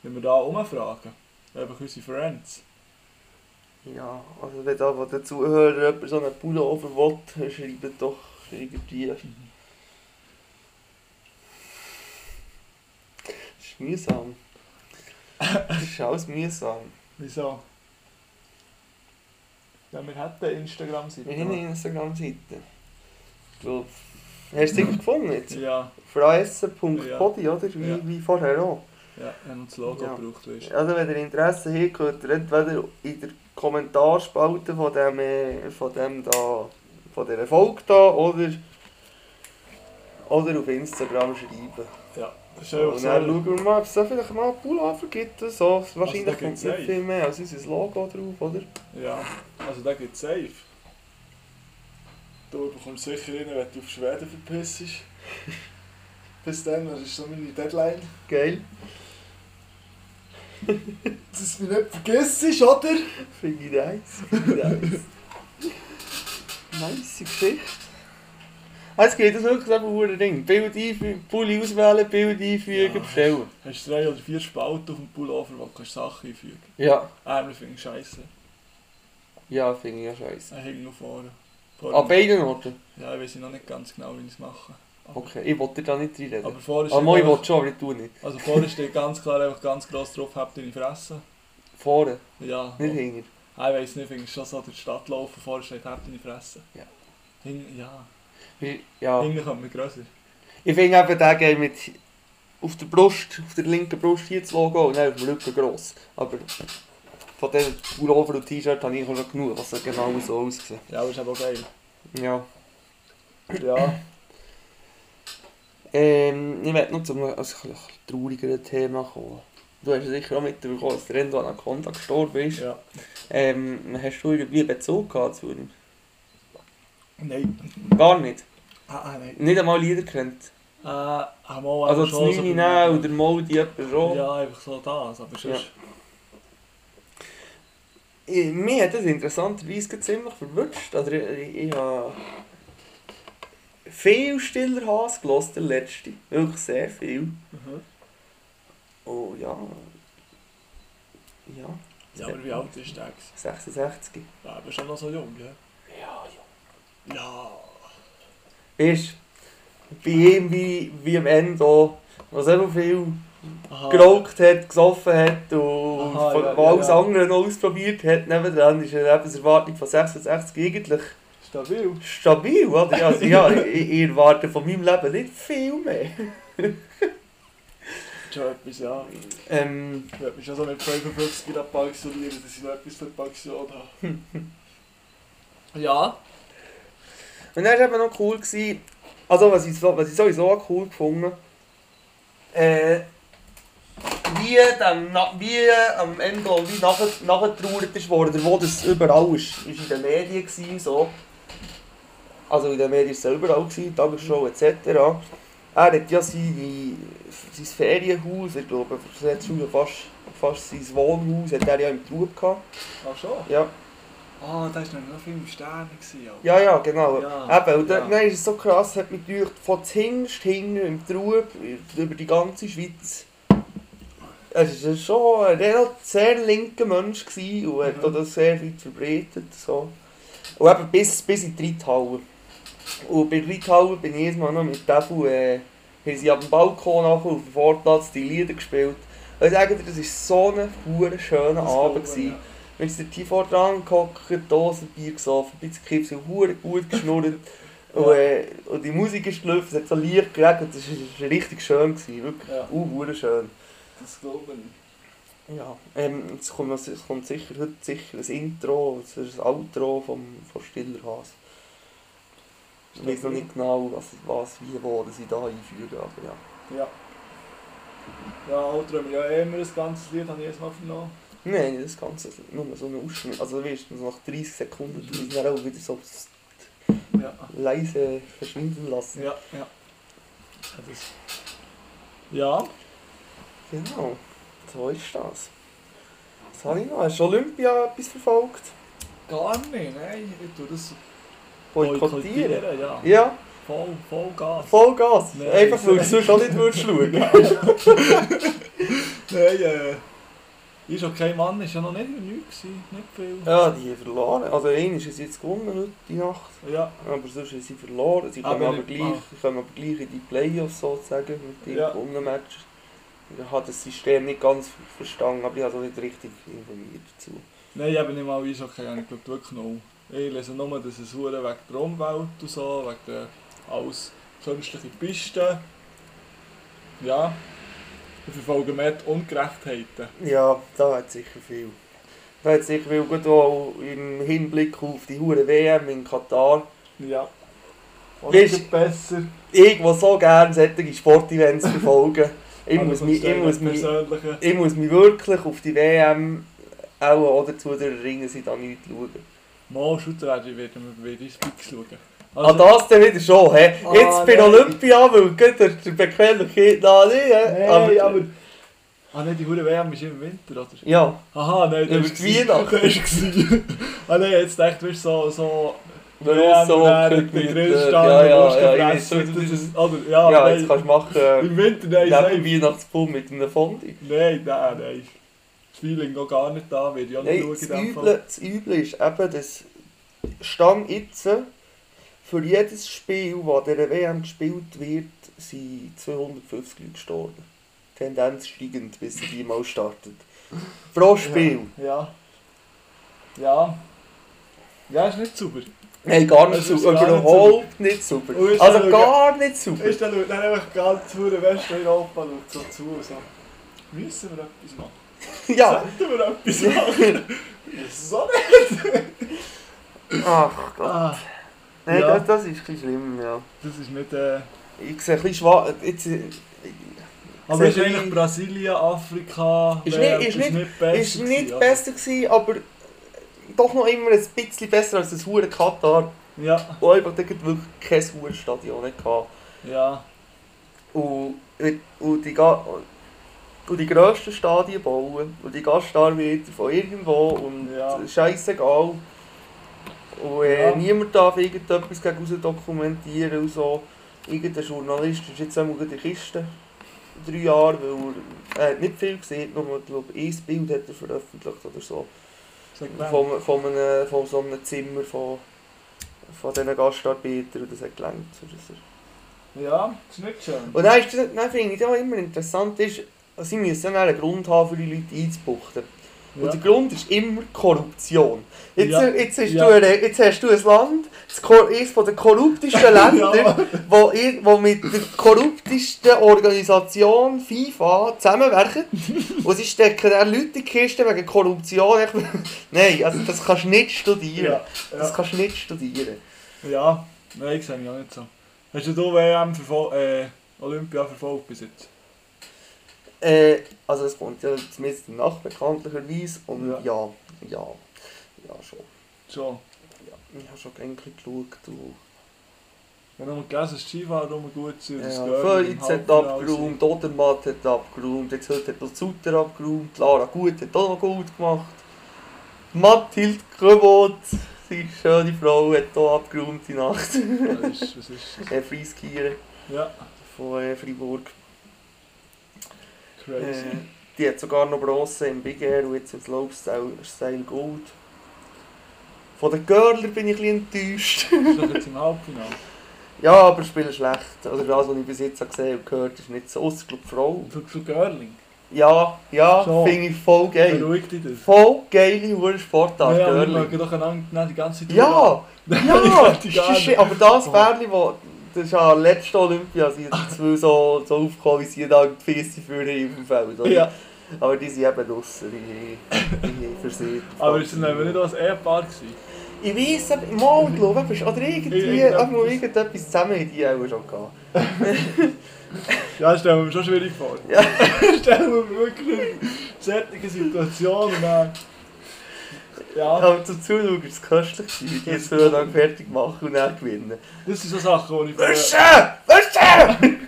Speaker 4: Wenn wir da umfragen. Einfach unsere Friends.
Speaker 3: Ja, also wenn da von den Zuhörern jemand so einen Pullover will, schreibt doch irgendwie... Das ist mühsam. Das ist alles mühsam.
Speaker 4: Wieso? Ja, wir hätten Instagram-Seite.
Speaker 3: Wir haben eine Instagram-Seite. Ich glaube, Hast du sicher gefunden jetzt?
Speaker 4: Ja,
Speaker 3: fraessen.podi, oder? Wie,
Speaker 4: Ja.
Speaker 3: wie vorher auch.
Speaker 4: ja, wir haben das Logo
Speaker 3: Ja.
Speaker 4: gebraucht, weißt
Speaker 3: Also wenn ihr Interesse habt, könnt ihr entweder in der Kommentarspalte von dem, äh, von dem da, von dieser Folge da, oder, oder auf Instagram schreiben.
Speaker 4: du. Ja, das ist einfach
Speaker 3: Und dann
Speaker 4: so.
Speaker 3: schauen wir mal, ob es da vielleicht mal einen Pullover gibt oder so.
Speaker 4: da
Speaker 3: Wahrscheinlich
Speaker 4: gibt's
Speaker 3: kommt nicht
Speaker 4: safe.
Speaker 3: viel mehr als unser Logo drauf, oder?
Speaker 4: Ja, also da geht's safe. Du bekommst sicher rein, wenn du auf Schweden verpissst. Bis dann, das ist so meine Deadline.
Speaker 3: Geil.
Speaker 10: Dass es mich nicht vergisst, oder?
Speaker 3: Finde ich nice. Finde ich nice. nice Geschichte. Ah, Jetzt geht das wirklich eben ein Ding. Bild einfügen, Pulli auswählen, Bild einfügen,
Speaker 4: Ja.
Speaker 3: bestellen.
Speaker 4: Hast du drei oder vier Spalten auf dem Pullover, wo du kannst Sachen einfügen
Speaker 3: Ja,
Speaker 4: Ärmel finde ich scheisse.
Speaker 3: ja, finde ich ja scheiße.
Speaker 4: Er hängt noch vorne. vorne.
Speaker 3: An beiden Orten?
Speaker 4: Ja, ich weiß noch nicht ganz genau, wie ich es mache.
Speaker 3: Okay, ich wollte da nicht reinreden.
Speaker 4: Aber vorne
Speaker 3: Ah, moi, ich
Speaker 4: einfach-
Speaker 3: wollte schon, aber ich tue nicht.
Speaker 4: Also vorne steht ganz klar einfach ganz gross drauf, habt deine Fresse.
Speaker 3: Vorne,
Speaker 4: Ja.
Speaker 3: nicht hinter.
Speaker 4: Ah, ich weiß nicht, findest du schon so durch die Stadt laufen, vorne steht, habt deine Fresse.
Speaker 3: Ja.
Speaker 4: Hing, ja.
Speaker 3: Weil- Ja.
Speaker 4: Hinten kommt man grösser.
Speaker 3: Ich finde eben, der geht mit auf der Brust, auf der linken Brust hier das Logo und dann auf dem Rücken gross. Aber von diesem Pullover und T-Shirt habe ich schon genug, was da genau so aussieht.
Speaker 4: Ja, aber ist aber auch geil.
Speaker 3: Ja.
Speaker 4: Ja.
Speaker 3: Ähm, ich möchte noch zu einem also ein bisschen traurigeren Thema kommen. Du hast sicher auch mitbekommen, dass der Endo Anaconda gestorben ist.
Speaker 4: ja.
Speaker 3: Ähm, hast du irgendwie einen Bezug gehabt zu ihm?
Speaker 4: Nein.
Speaker 3: Gar nicht.
Speaker 4: Ah, ah nein.
Speaker 3: Nicht einmal Lieder kennt.
Speaker 4: Äh, einmal
Speaker 3: Also
Speaker 4: einfach
Speaker 3: das
Speaker 4: schon so
Speaker 3: Nini
Speaker 4: bei-
Speaker 3: nehmen oder Moldi jemand schon.
Speaker 4: Ja, einfach so das, aber sonst...
Speaker 3: Ich- Äh, Mir hat das interessanterweise gerade ziemlich verwünscht. Also ich, ich, ich habe viel stiller Hass gehört, der letzte. Wirklich sehr viel.
Speaker 4: Mhm.
Speaker 3: Oh ja. Ja,
Speaker 4: Ja, aber wie alt ist der? gewesen?
Speaker 3: 66.
Speaker 4: Ja, aber schon noch so jung, ja?
Speaker 3: Ja,
Speaker 4: Ja.
Speaker 3: Weißt du, bei ihm wie, wie am Ende auch, der so viel
Speaker 4: Aha.
Speaker 3: geraucht hat, gesoffen hat und
Speaker 4: Ah. Aha,
Speaker 3: von,
Speaker 4: ja,
Speaker 3: von
Speaker 4: ja,
Speaker 3: alles
Speaker 4: ja.
Speaker 3: andere noch ausprobiert hat, nebendran ist eine Lebenserwartung von 66 eigentlich
Speaker 4: Stabil.
Speaker 3: stabil, oder? Also, ja, altså, ich, ich erwarte von meinem Leben nicht viel mehr.
Speaker 4: Schon etwas, ja.
Speaker 3: Ähm,
Speaker 4: Ich würde mich schon so mit 55 wieder pensionieren, dass ich noch etwas für die Pension habe. ja.
Speaker 3: und dann war eben noch cool, gewesen, also was ich, so- was ich sowieso auch cool gefunden äh, wie, dem, Na- wie äh, am Ende auch wie nachher, nachgetrauert ist worden, wo das überall ist. Ist in den Medien gewesen, und so. Also in den Medien ist es überall, gewesen, Tagesschau etc. Er hat ja seine, sein Ferienhaus, ich glaube, für das letzte Jahr fast, fast sein Wohnhaus, hat er ja im Trub gehabt.
Speaker 4: Ach schon?
Speaker 3: Ja.
Speaker 4: Ah, da war noch ein Film im Stern. gewesen, aber-
Speaker 3: Ja, ja, genau.
Speaker 4: Ja,
Speaker 3: Eben, und dann,
Speaker 4: ja.
Speaker 3: dann ist es so krass, hat mich gedacht, von hinten, hinten im Trub, über die ganze Schweiz. Es war schon ein rel- sehr linker Mensch gewesen und hat
Speaker 4: Mhm.
Speaker 3: auch das sehr weit verbreitet. So. Und eben bis, bis in die Reithalle. Und bei der Reithalle bin ich jedes Mal noch mit Devil, äh, haben sie auf dem Balkon auf auf dem Vorplatz die Lieder gespielt. Und ich sage dir, das war so ein verdammt schöner
Speaker 4: Das
Speaker 3: Abend.
Speaker 4: glaube ich,
Speaker 3: gewesen.
Speaker 4: ja.
Speaker 3: Wir sind tief vor dran gehockt, Dosen Bier gesoffen, ein bisschen Kips, verdammt gut geschnurrt. Und, äh, und die Musik ist gelaufen, es hat so leicht geregnet, das war richtig schön, gewesen, wirklich
Speaker 4: Ja.
Speaker 3: uh, schön.
Speaker 4: Das glaube ich.
Speaker 3: Ja, ähm, jetzt kommt, noch- es kommt sicher heute sicher ein Intro, es ist ein Outro vom, von Stiller Haas. Ich weiß noch nicht genau, was, was wie, wo das ich da einfüge, aber ja.
Speaker 4: Ja. Ja, Outro haben wir ja eh immer das ganze Lied, habe ich jedes Mal vernommen.
Speaker 3: Nein, das Ganze ist nur so ein Ausschnitt. Also weißt du, so nach 30 Sekunden muss ich dann auch wieder so
Speaker 4: Ja.
Speaker 3: leise verschwinden lassen.
Speaker 4: Ja, ja. Das. Ja.
Speaker 3: Genau, so ist das. Was habe ich noch? Hast du Olympia etwas verfolgt?
Speaker 4: Gar nicht, nein. Ich tue das
Speaker 3: Boykottieren?
Speaker 4: ja.
Speaker 3: Ja,
Speaker 4: Voll, voll Gas.
Speaker 3: Vollgas.
Speaker 4: Nein.
Speaker 3: Einfach weil du sonst auch nicht würdest schauen.
Speaker 4: Nein, äh. Ist okay, Mann, ist ja noch nicht nichts gewesen. Nicht viel.
Speaker 3: Ja, die haben verloren. Also einer ist jetzt gewonnen heute die Nacht.
Speaker 4: Ja,
Speaker 3: Aber sonst haben sie verloren. Sie kommen
Speaker 4: Aber
Speaker 3: aber,
Speaker 4: Ah, nicht
Speaker 3: gleich,
Speaker 4: mal.
Speaker 3: kommen aber gleich in die Playoffs sozusagen mit den
Speaker 4: Ja.
Speaker 3: gewonnenen Match. Ich habe das System nicht ganz ver- verstanden, aber ich habe auch nicht richtig informiert dazu.
Speaker 4: nein, eben nicht mal Eishockey, habe ich glaube wirklich null. Ich lese nur, dass es Huren wegen der Umwelt und so, wegen der alles künstliche Pisten. Ja. Ich verfolge mehr die Ungerechtheiten.
Speaker 3: Ja, da hat sicher viel. Da hat sicher viel, gut auch im Hinblick auf die hure WM in Katar.
Speaker 4: Ja.
Speaker 3: Weißt-
Speaker 4: Oder besser.
Speaker 3: Ich, der so gerne solche Sportevents verfolgen, ich
Speaker 4: Aber
Speaker 3: muss
Speaker 4: sonst
Speaker 3: mich... Ich
Speaker 4: eben
Speaker 3: muss mich
Speaker 4: persönliche.
Speaker 3: Ich muss mich wirklich auf die WM auch oder zu der Ringen sind an nichts schauen.
Speaker 4: Mal Schutzräder werden wir wieder ins Pix schauen.
Speaker 3: Ah, das dann wieder schon, hä?
Speaker 4: Ah,
Speaker 3: Jetzt bei
Speaker 4: nein.
Speaker 3: Olympia, weil gerade der, der bequeme Kind da nicht, hä?
Speaker 4: Nein, aber, Ah nein, die Hure WM ist im Winter, oder?
Speaker 3: Ja.
Speaker 4: Aha, nein,
Speaker 3: Über
Speaker 4: das
Speaker 3: die Weihnachten.
Speaker 4: Das war Ah nein, jetzt dachte ich, du bist so... so
Speaker 3: Weil
Speaker 4: WM,
Speaker 3: so
Speaker 4: dann
Speaker 3: gehört
Speaker 4: mit
Speaker 3: mit,
Speaker 4: Grillstand,
Speaker 3: ja, ja,
Speaker 4: Wurst
Speaker 3: ja,
Speaker 4: und
Speaker 3: ich weiß
Speaker 4: Essen,
Speaker 3: nicht,
Speaker 4: das
Speaker 3: das
Speaker 4: ist-
Speaker 3: ist-
Speaker 4: Oder,
Speaker 3: Ja,
Speaker 4: ja, nein,
Speaker 3: jetzt kannst du machen äh,
Speaker 4: Im Winter, nein, nein.
Speaker 3: neben Weihnachtsbaum mit einem Fondue.
Speaker 4: Nein, nein, nein. Das Feeling noch gar nicht da, werde ich auch nicht
Speaker 3: Nein,
Speaker 4: schauen
Speaker 3: das
Speaker 4: in dem
Speaker 3: Üble,
Speaker 4: Fall.
Speaker 3: das Üble ist eben, dass Stand jetzt für jedes Spiel, das an dieser WM gespielt wird, sind 250 Leute gestorben. Tendenz steigend, bis sie die mal startet. Pro Spiel.
Speaker 4: Ja. Ja. Ja, ist nicht sauber.
Speaker 3: Nein, gar nicht
Speaker 4: Also, Es ist
Speaker 3: super.
Speaker 4: gar nicht
Speaker 3: Überhaupt nicht super.
Speaker 4: Und ist
Speaker 3: Also
Speaker 4: dann-
Speaker 3: gar nicht super.
Speaker 4: Ist dann schaut dann einfach ganz zu der Westeuropa schaut so zu und sagt, müssen wir etwas machen?
Speaker 3: Ja.
Speaker 4: Sollten wir etwas machen? so nicht!
Speaker 3: Ach Gott.
Speaker 4: Ah,
Speaker 3: Nein,
Speaker 4: Ja.
Speaker 3: das, das ist ein bisschen schlimm, ja.
Speaker 4: das ist nicht... Äh,
Speaker 3: Ich sehe ein bisschen schwach. Jetzt, äh,
Speaker 4: aber ist
Speaker 3: Sehr
Speaker 4: eigentlich
Speaker 3: klein.
Speaker 4: Brasilien, Afrika...
Speaker 3: Ist
Speaker 4: wer-
Speaker 3: nicht- ist nicht-
Speaker 4: besser
Speaker 3: ist nicht
Speaker 4: gewesen,
Speaker 3: besser gewesen, aber doch noch immer ein bisschen besser als das hure Katar,
Speaker 4: Ja, ja.
Speaker 3: wo einfach dort wirklich kein hure Stadion hatte.
Speaker 4: ja.
Speaker 3: Und, und, die, ga- und die grössten Stadien bauen und die Gastarbeiter von irgendwo und
Speaker 4: Ja.
Speaker 3: scheißegal. Und äh,
Speaker 4: Ja.
Speaker 3: niemand darf irgendetwas gegen raus dokumentieren und so. Irgendein Journalist ist jetzt einmal in der Kiste. Drei Jahre, weil er, er hat nicht viel gesehen, nur glaub, ein Bild hat er veröffentlicht oder so.
Speaker 4: Sag mal.
Speaker 3: Von, von, einem, von so einem Zimmer von, von diesen Gastarbeitern und das hat gelangt. so dass er-
Speaker 4: Ja, ist nicht schön.
Speaker 3: Und dann, ist das, dann finde ich das auch immer interessant, ist, sie müssen dann einen Grund haben, für die Leute einzubuchten. Und
Speaker 4: Ja.
Speaker 3: der Grund ist immer Korruption. Jetzt,
Speaker 4: Ja.
Speaker 3: jetzt, hast,
Speaker 4: Ja.
Speaker 3: du ein, jetzt hast du ein Land, das kor- eines von den korruptesten Länder, wo, ihr- wo mit der korruptesten Organisation FIFA zusammenwerken. Und sie stecken dann Leute in die Kiste wegen Korruption. Ich- Nein, also das kannst du nicht studieren.
Speaker 4: Ja,
Speaker 3: Das
Speaker 4: ja.
Speaker 3: kannst du nicht studieren.
Speaker 4: ja. nein, sehe ich auch nicht so. Hast du du WM verfolgt, äh, Olympia verfolgt bis jetzt?
Speaker 3: Äh, also es kommt ja zumindest nach bekanntlicherweise und
Speaker 4: Ja.
Speaker 3: ja, ja, ja, schon.
Speaker 4: Schon.
Speaker 3: Ja. Ich habe schon gerne geschaut. Und,
Speaker 4: Wenn du mal gelesen hast, Skifahren rum gut zu
Speaker 3: ja, Föitz hat abgeräumt, Odermatt hat abgeräumt, jetzt heute hat noch Sutter abgeräumt, Lara Gut hat auch noch gut gemacht. Mathilde Köbot, sie ist eine schöne Frau, hat hier abgeräumt die Nacht.
Speaker 4: Was ist, was ist das?
Speaker 3: äh, Freiskieren
Speaker 4: Ja,
Speaker 3: von äh, Freiburg.
Speaker 4: crazy.
Speaker 3: Äh, die hat sogar noch Bronze im Big Air und jetzt im Slopestyle Gold. Von den Görler bin ich ein bisschen enttäuscht.
Speaker 4: Ist doch jetzt im Halbfinale.
Speaker 3: ja, aber spielen schlecht. Also das, was ich bis jetzt gesehen und gehört ist nicht so. Ausser, ich glaube, Frau.
Speaker 4: Für, für Görling.
Speaker 3: Ja, ja,
Speaker 4: So.
Speaker 3: finde ich voll geil.
Speaker 4: Beruhigt dich das.
Speaker 3: Voll geile hure Sportart,
Speaker 4: ja, wir
Speaker 3: Görling.
Speaker 4: mögen doch einander nein, die ganze Zeit
Speaker 3: Ja, ja,
Speaker 4: Ja,
Speaker 3: das ist schön. aber das Pferdchen, wo, das ist ja letzte Olympia, sie sind zwei so, so aufgekommen, wie sie da die Füße führen auf dem Feld. oder?
Speaker 4: Ja,
Speaker 3: Aber die sind eben draussen, die haben- die haben versehen.
Speaker 4: aber es war nicht als Ehepaar. gewesen.
Speaker 3: Ich weiss, aber- mal, glaube ich, oder irgendwie,
Speaker 4: Irgendetwas.
Speaker 3: irgendwo irgendetwas zusammen in die auch schon gehabt.
Speaker 4: Ja, das stellen wir mir schon schwierig vor.
Speaker 3: Ja.
Speaker 4: stellen wir mir wirklich solche Situationen an. Ja,
Speaker 3: Aber zum Zuschauen ist es köstlich, gewesen, wie die zwei dann fertig machen und dann gewinnen.
Speaker 4: das sind so Sachen, die ich
Speaker 3: Wischen! Wischen!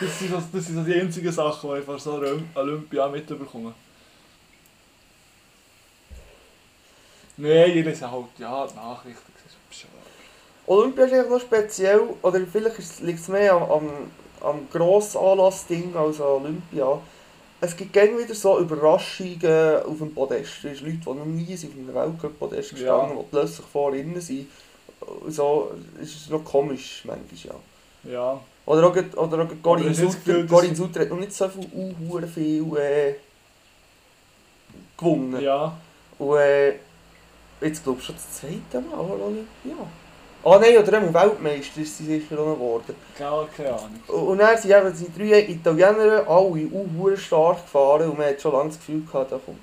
Speaker 4: Das sind, so, das sind so die einzigen Sachen, die ich von so einer Olympia mitbekomme. Nein, ich lese halt ja die Nachrichten. Das ist schon-
Speaker 3: Olympia ist eigentlich noch speziell, oder vielleicht liegt es mehr am, am, am Grossanlass-Ding als an Olympia. Es gibt gerne wieder so Überraschungen auf dem Podest. Es gibt Leute, die noch nie sind auf einem Weltcup-Podest gestanden
Speaker 4: Ja.
Speaker 3: die plötzlich vorne sind. Und So es ist noch komisch manchmal, ja.
Speaker 4: Ja,
Speaker 3: Oder auch, gerade- oder auch gerade
Speaker 4: Aber
Speaker 3: Gorin
Speaker 4: hast du das
Speaker 3: Sutter,
Speaker 4: Gefühl, dass-
Speaker 3: Gorin Sutter hat noch nicht so viel, uh, viel äh, gewonnen.
Speaker 4: ja.
Speaker 3: Und äh, jetzt glaube ich schon das zweite Mal, oder? Ja. Ah nein, oder einmal Weltmeister ist sie sicher auch noch geworden.
Speaker 4: Keine, keine Ahnung.
Speaker 3: Und und dann sind eben die drei Italiener alle uh, stark gefahren und man hat schon lange das Gefühl gehabt, da kommt,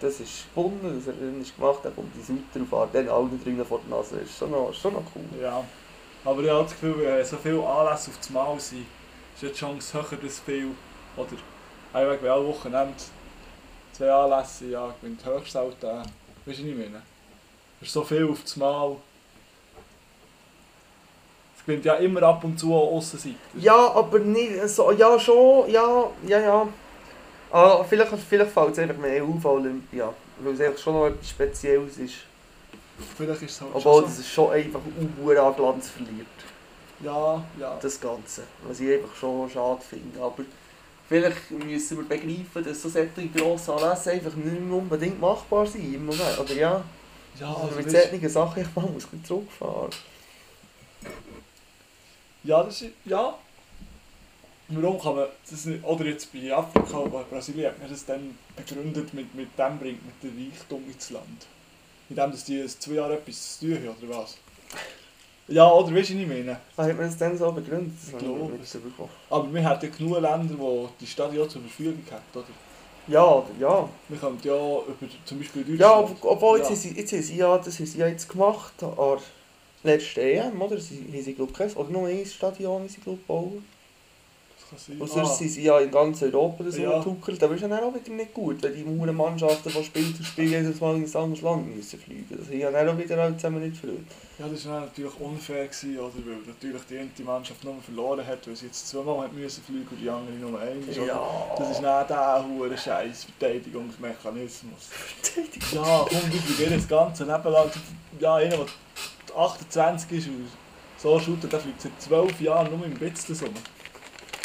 Speaker 3: das ist gewonnen, das er ist gemacht, dann kommt die Sutter und fährt dann alle drinnen vor der Nase. Das ist schon noch, schon noch cool.
Speaker 4: Ja. Aber ich habe das Gefühl, wenn so viele Anlässe auf das Mal sind, ist ja die Chance höher, dass viel. Oder einweg wie alle Wochenende zwei Anlässe, sind, ja, gewinnt höchstens halt der. Weißt du, was ich meine? Es ist so viel auf das Mal.
Speaker 3: Es
Speaker 4: Schwimmt ja immer ab und zu an Aussenseite.
Speaker 3: Ja, aber nicht so. Ja, schon. Ja, ja, ja. Ah, vielleicht vielleicht fällt es einfach mehr auf an Olympia. Weil es eigentlich schon noch etwas Spezielles ist.
Speaker 4: Vielleicht ist es halt
Speaker 3: Obwohl
Speaker 4: schon
Speaker 3: es
Speaker 4: so.
Speaker 3: ist schon einfach unhuere an Glanz verliert.
Speaker 4: Ja, ja.
Speaker 3: Das Ganze. Was ich einfach schon schade finde. Aber vielleicht müssen wir begreifen, dass so solche grossen Anlässe einfach nicht mehr unbedingt machbar sind im Moment. Oder ja?
Speaker 4: Ja,
Speaker 3: Also
Speaker 4: also
Speaker 3: mit
Speaker 4: das-
Speaker 3: solchen Sachen, ich muss ein bisschen zurückfahren.
Speaker 4: Ja, das ist. Ja. Warum kann man das nicht. Oder jetzt bei Afrika oder Brasilien hat man das dann begründet, mit, mit dem bringt man den Reichtum ins Land. Mit dem, dass die jetzt zwei Jahre etwas zu tun haben, oder was? Ja, oder weißt du, was ich meine?
Speaker 3: Ah, hat man das dann so begründet? Das habe ich
Speaker 4: glaube
Speaker 3: nicht mitbekommen.
Speaker 4: Aber wir hätten ja genug Länder, die die Stadion zur Verfügung hätten, oder?
Speaker 3: Ja, ja.
Speaker 4: Wir könnten ja über zum Beispiel Deutschland.
Speaker 3: Ja, ob- obwohl jetzt,
Speaker 4: Ja.
Speaker 3: haben Sie, jetzt haben sie ja, das haben sie ja jetzt gemacht, aber letzte EM, E oder? Sie haben sie, glaube ich, kein- oder nur ein Stadion, haben sie, glaube ich, gebaut.
Speaker 4: Das kann sein.
Speaker 3: Und sonst
Speaker 4: Ah.
Speaker 3: sind sie ja in ganz Europa so
Speaker 4: Ja.
Speaker 3: ja. getuckelt. Aber ist ja dann auch wieder nicht gut, wenn die Mauern Mannschaften von Spiel zu Spiel jedes Mal in ein anderes Land müssen fliegen. Das haben ja dann auch wieder alle zusammen nicht früh.
Speaker 4: Ja, das war dann natürlich unfair, gewesen, oder? weil natürlich die eine Mannschaft nur verloren hat, weil sie jetzt zweimal hat müssen fliegen und die andere nur einmal. oder?
Speaker 3: Ja.
Speaker 4: Das ist dann der hohe scheiß Verteidigungsmechanismus. Ja, komm, du probier das ganze Leben lang. Ja, einer, der 28 ist und so shootet, der fliegt seit 12 Jahren nur im Bitzel rum.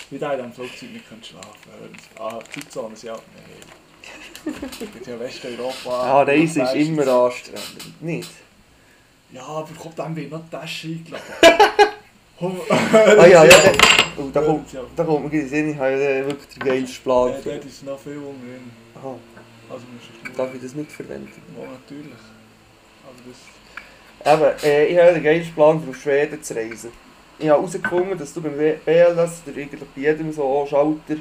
Speaker 4: Wie der in diesem Flugzeug nicht kann schlafen kann. Ah, Zeitzone ist ja... Nein. Es gibt ja Westeuropa...
Speaker 3: Ja, Reisen Ah, ist
Speaker 4: Nordwest.
Speaker 3: immer anstrengend. Nicht?
Speaker 4: Ja, aber kommt dann wird noch die Tasche eingeladen.
Speaker 3: Ah ja, ja.
Speaker 4: Der,
Speaker 3: Oh, da kommt, da kommt mir gleich in den Sinn, ich habe ja wirklich den geilsten Plan.
Speaker 4: der, der ist noch viel umgehen.
Speaker 3: Aha.
Speaker 4: Also musst du schauen.
Speaker 3: Darf ich das nicht verwenden?
Speaker 4: Ja, natürlich. Aber das...
Speaker 3: Eben, äh, ich habe den geilsten Plan, nach Schweden zu reisen. Ich habe herausgefunden, dass du beim W- BLS oder eigentlich bei jedem so Schalter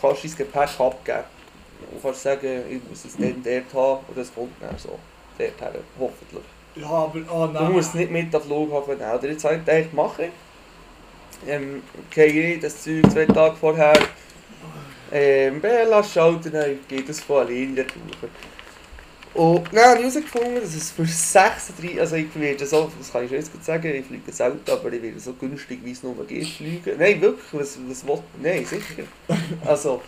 Speaker 3: kannst dein Gepäck abgeben Und kannst sagen, ich muss es dann dort haben und das kommt dann so. Dort her, hoffentlich.
Speaker 4: Ja, aber... ah
Speaker 3: Du
Speaker 4: nein.
Speaker 3: musst es nicht mit an den Flughafen nehmen. Oder jetzt habe ich gedacht, mache ich. Ähm, gehe ich das Zeug zwei Tage vorher ähm, BLS-Schalter, dann geht es von alleine dort rauf. Und dann habe ich herausgefunden, dass es für 36, also ich werde so, das kann ich schon jetzt gerade sagen, ich fliege selten, aber ich werde so günstig, wie es nur geht, fliegen. Nein, wirklich, was, was will, nein, sicher. Also,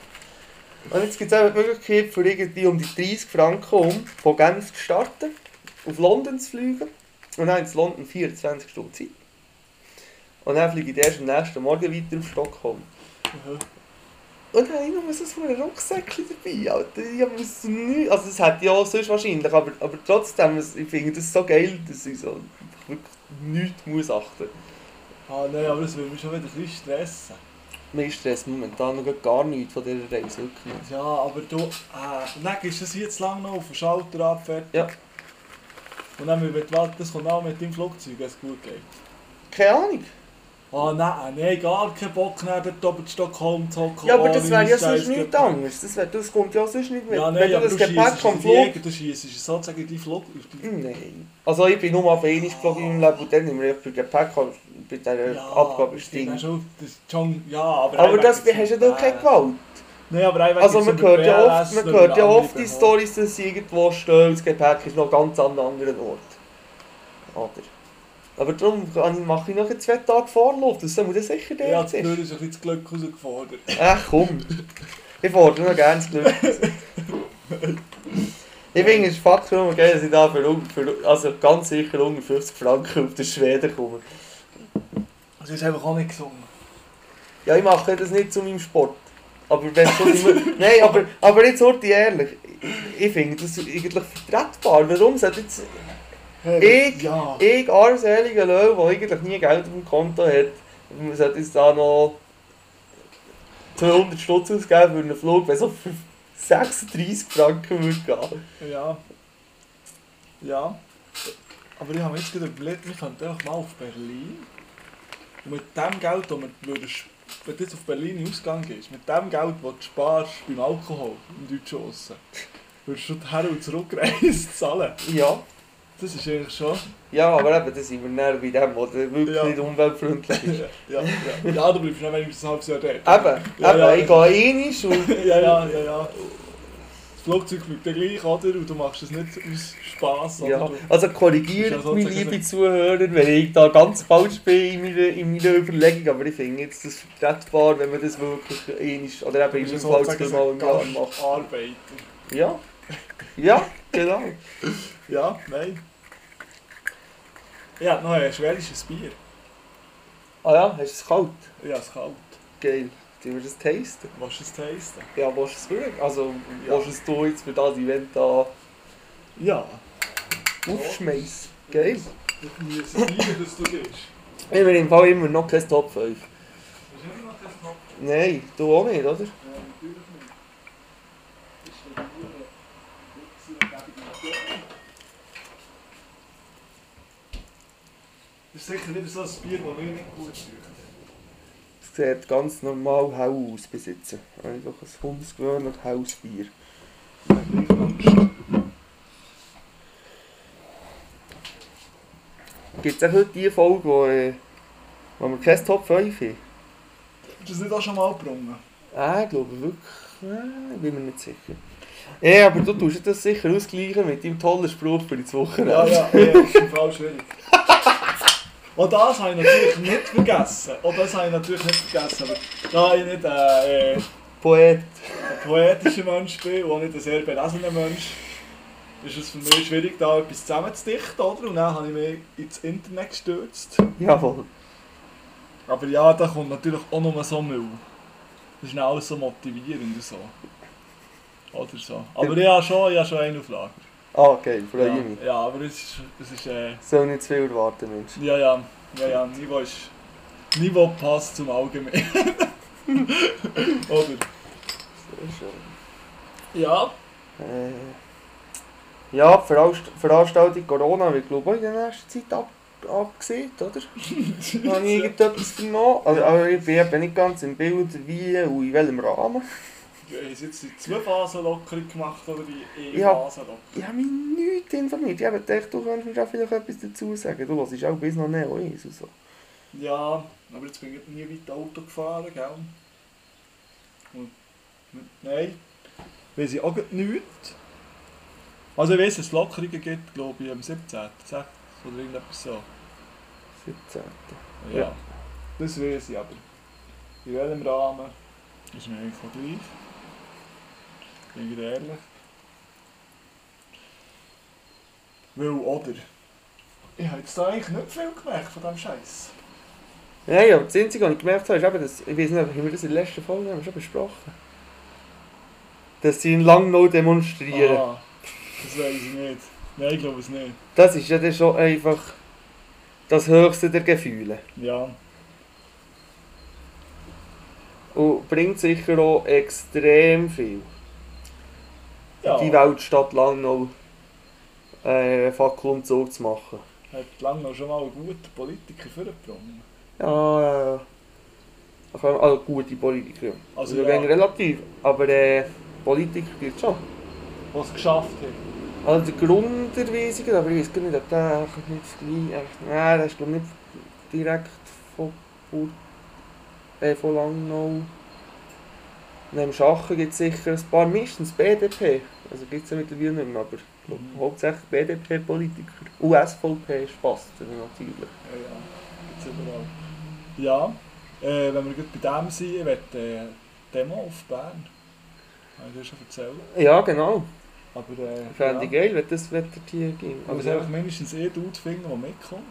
Speaker 3: und jetzt gibt es eben die Möglichkeit, für irgendwie um die 30 Franken um, von Genf zu starten, auf London zu fliegen, und dann in London 24 Stunden Zeit. Und dann fliege ich erst am nächsten Morgen weiter auf Stockholm.
Speaker 4: Aha.
Speaker 3: Und dann habe ich noch so von einem Rucksäckchen dabei. Alter. Ich muss nicht. Also das hätte ich auch sonst wahrscheinlich, aber, aber trotzdem, es- ich finde das so geil, dass ich so einfach wirklich nichts muss achten
Speaker 4: Ah nein, aber das würde mich schon wieder ein bisschen stressen.
Speaker 3: Mir stresst momentan noch gar nichts von dieser Reise, wirklich nicht.
Speaker 4: Ja, aber du... Äh, und dann gehst du das jetzt lang noch auf den Schalter ab, fertig.
Speaker 3: Ja.
Speaker 4: Und dann wird warten, das kommt auch mit deinem Flugzeug, wenn es gut geht.
Speaker 3: Keine Ahnung.
Speaker 4: Ah nein, nein, gar keinen Bock, dann dort oben in Stockholm zu hocken.
Speaker 3: Ja, aber
Speaker 4: Oh,
Speaker 3: das wäre ja
Speaker 4: mein
Speaker 3: sonst
Speaker 4: Scheiß,
Speaker 3: nichts
Speaker 4: Gott.
Speaker 3: anderes. Das, wär, das kommt ja sonst nicht mit.
Speaker 4: Ja,
Speaker 3: Wenn
Speaker 4: nein,
Speaker 3: du
Speaker 4: aber
Speaker 3: das
Speaker 4: du
Speaker 3: Gepäck
Speaker 4: schiessest
Speaker 3: vom
Speaker 4: vom
Speaker 3: Flug...
Speaker 4: Jäger, du schiessest sozusagen deinen Flug.
Speaker 3: Nein. Also ich bin nur auf einmal geflogen in meinem Leben und dann haben wir für Gepäck bei dieser Abgabe
Speaker 4: stimmt.
Speaker 3: gestiegen.
Speaker 4: Das ist schon, ja, aber...
Speaker 3: Aber
Speaker 4: einweg
Speaker 3: das
Speaker 4: jetzt
Speaker 3: hast ja
Speaker 4: nicht.
Speaker 3: doch keine Gewalt.
Speaker 4: Nein, aber einweg
Speaker 3: Also
Speaker 4: jetzt
Speaker 3: man
Speaker 4: über
Speaker 3: hört ja
Speaker 4: BLS
Speaker 3: oft, man
Speaker 4: oder
Speaker 3: hört ja
Speaker 4: andere
Speaker 3: oft die
Speaker 4: Behörden.
Speaker 3: Storys, dass sie irgendwo stehen, das Gepäck ist noch ganz an einem anderen Ort. Oder? Aber darum kann- mache ich noch ein zwei Tage Vorlauf, das muss ja sicher der
Speaker 4: Ja,
Speaker 3: jetzt
Speaker 4: die
Speaker 3: ist.
Speaker 4: Tür ist ein bisschen das Glück rausgefordert.
Speaker 3: Ach komm, ich fordere noch gerne das Glück. Ich finde es fuck nur geil, dass ich da für, un- für also ganz sicher unter 50 Franken auf den Schweden komme.
Speaker 4: Das ist einfach auch nicht gesungen.
Speaker 3: Ja, ich mache das nicht zu meinem Sport. Aber wenn schon immer... Nein, aber, aber jetzt hurti ehrlich. Ich- Ich finde das eigentlich vertretbar. Warum sollte jetzt... Ich,
Speaker 4: Ja.
Speaker 3: ich armseliger Löw, der eigentlich nie Geld auf dem Konto hat, man sollte jetzt da noch 200 Stutz ausgeben für einen Flug, wenn es auf 36 Franken würde gehen.
Speaker 4: Ja. Ja. Aber ich habe mir jetzt gerade überlegt, wir könnten einfach mal auf Berlin. Und mit dem Geld, das wir würden, sp- wenn du jetzt auf Berlin ausgegangen ist, mit dem Geld, das du sparst beim Alkohol im Deutschen Osten, würdest du die Her- und Zurückreise zahlen.
Speaker 3: Ja.
Speaker 4: Das ist eigentlich schon.
Speaker 3: Ja, aber eben, da sind wir näher bei dem, was wirklich
Speaker 4: Ja.
Speaker 3: nicht umweltfreundlich ist.
Speaker 4: Ja, ja. ja du bleibst dann
Speaker 3: Ah,
Speaker 4: wenigstens ein halbes Jahr dort.
Speaker 3: Eben, eh
Speaker 4: Ja,
Speaker 3: eben,
Speaker 4: ja.
Speaker 3: ich gehe rein und...
Speaker 4: Ja, ja, ja, ja. Flugzeug fliegt ja gleich, oder? Und du machst es nicht aus Spass. oder?
Speaker 3: Ja,
Speaker 4: Du-
Speaker 3: also
Speaker 4: Ist ja
Speaker 3: korrigiert
Speaker 4: so
Speaker 3: meine
Speaker 4: zu sagen.
Speaker 3: liebe Zuhörer, wenn ich da ganz falsch bin in meiner, in meiner Überlegung, aber ich finde jetzt das vertretbar, wenn man das wirklich einmal, oder
Speaker 4: du
Speaker 3: eben im
Speaker 4: bist
Speaker 3: Fall
Speaker 4: sozusagen
Speaker 3: zweimal im Jahr
Speaker 4: ein
Speaker 3: macht.
Speaker 4: Gastarbeiter.
Speaker 3: Ja, ja, genau.
Speaker 4: Ja, nein. Ich habe noch ein schwedisches Bier.
Speaker 3: Ah ja, hast du es kalt?
Speaker 4: Ja, es ist kalt.
Speaker 3: Geil. Du wirst es tasten.
Speaker 4: Willst du es testen?
Speaker 3: Ja, willst du es wirklich? Also,
Speaker 4: Ja.
Speaker 3: willst du es du jetzt für das Event da
Speaker 4: Ja.
Speaker 3: aufschmeißen? Geil.
Speaker 4: Das ist ein Bier, das du gibst.
Speaker 3: Ich bin im Fall immer noch kein Top 5.
Speaker 4: Das ist immer noch kein Kopf.
Speaker 3: Nein, du auch nicht, oder?
Speaker 4: Ja, natürlich nicht. Das ist eine Bier. Das ist eine Gebung. Das ist sicher wieder so ein Bier, das mir nicht gut tut.
Speaker 3: Es sieht ganz normal hell aus bis jetzt. Einfach ein hundesgewöhnliches Hausbier. Gibt es auch heute die Folge, wo, äh, wo wir kein Top 5 haben?
Speaker 4: Hast du das nicht auch schon mal gebrungen?
Speaker 3: Ah, ich glaube wirklich. Ah, ich bin mir nicht sicher. Ja, aber du tust das sicher ausgleichen mit deinem tollen Spruch für die Woche.
Speaker 4: Ja, ja, ja, das ist im Fall schwierig. Und das habe ich natürlich nicht vergessen. Und das habe ich natürlich nicht vergessen. Aber da ich nicht ein, äh, ein
Speaker 3: Poet.
Speaker 4: poetischer Mensch bin und auch nicht ein sehr belesener Mensch, ist es für mich schwierig, da etwas zusammenzudichten. Oder? Und dann habe ich mich ins Internet gestürzt.
Speaker 3: Jawohl.
Speaker 4: Aber ja, da kommt natürlich auch nur so Müll. Das ist dann alles so motivierend und so. Oder so. Aber ich habe schon, ich habe schon eine auf Lager.
Speaker 3: Ah, geil, freue
Speaker 4: Ja,
Speaker 3: ich mich.
Speaker 4: ja aber es ist... Es ist äh,
Speaker 3: Soll nicht zu viel erwarten, Mensch.
Speaker 4: Ja, ja, ja, ja, Niveau ist. Niveau passt zum Allgemeinen. Oder?
Speaker 3: Sehr schön.
Speaker 4: Ja.
Speaker 3: Äh, ja, die Veranst- Veranstaltung Corona wird, glaube ich, auch in der nächsten Zeit ab abgesehen, oder? Habe ich irgendetwas vernommen? Also, aber ich bin eben nicht ganz im Bild, wie und in welchem Rahmen.
Speaker 4: Wir haben Äh, jetzt die Zwei-Phasen-Lockerung gemacht oder die
Speaker 3: Ja.
Speaker 4: E-Phasen-Lockerung?
Speaker 3: Ich habe mich nicht informiert. Ich habe gedacht, du könntest mir da vielleicht etwas dazu sagen. Du hörst auch bis noch nicht eins und so.
Speaker 4: Ja. aber jetzt bin ich nie weit Auto gefahren, gell? Und, nein. Weiß ich auch grad nicht. Also, ich weiß, dass es Lockerungen gibt, glaube ich, am 17. 6. oder irgendetwas so.
Speaker 3: 17.
Speaker 4: Ja.
Speaker 3: Ja.
Speaker 4: Das weiß ich aber. In welchem Rahmen ist mir eigentlich auch gleich. Bin ich ehrlich. Weil, oder? Ich habe jetzt da eigentlich nicht viel gemerkt von diesem Scheiß.
Speaker 3: Nein, aber das Einzige, was ich gemerkt habe, ist eben, dass, ich weiß nicht, haben wir das in der letzten Folge haben wir schon besprochen? Dass sie in Langnau demonstrieren.
Speaker 4: Ah, das weiß ich nicht. Nein, ich glaube es nicht.
Speaker 3: Das ist ja dann schon einfach das Höchste der Gefühle.
Speaker 4: Ja.
Speaker 3: Und bringt sicher auch extrem viel.
Speaker 4: Ja.
Speaker 3: Die Weltstadt Langnau äh, Fackelumzug zu machen.
Speaker 4: Hat lange noch schon mal einen guten Politiker vorgebracht.
Speaker 3: Ja, äh, da kommen also gute Politiker.
Speaker 4: Also
Speaker 3: Also
Speaker 4: ja.
Speaker 3: ja. relativ, aber äh, Politiker gibt es schon.
Speaker 4: Was es geschafft hat.
Speaker 3: Also der Gründer weiss ich, aber ich weiß gar nicht, ob der echt nicht gleich... echt- Nein, der ist glaub ich nicht direkt von Bur äh, von Langnau. Neben Schachen gibt es sicher ein paar, mindestens BDP. Also gibt es ja mittlerweile nicht mehr, aber ich glaub,
Speaker 4: Mhm.
Speaker 3: hauptsächlich BDP-Politiker. Und SVP ist fast natürlich.
Speaker 4: Ja, ja. Gibt's überall. Ja, äh, wenn wir gut bei dem sind, ich möchte äh, Demo auf Bern. Habe ich dir schon erzählt.
Speaker 3: Ja, genau.
Speaker 4: Aber äh,
Speaker 3: Fände ich
Speaker 4: ja.
Speaker 3: geil, wenn das Wetter hier ging.
Speaker 4: Aber
Speaker 3: Aber
Speaker 4: es einfach mindestens eh Dude finden, der mitkommt.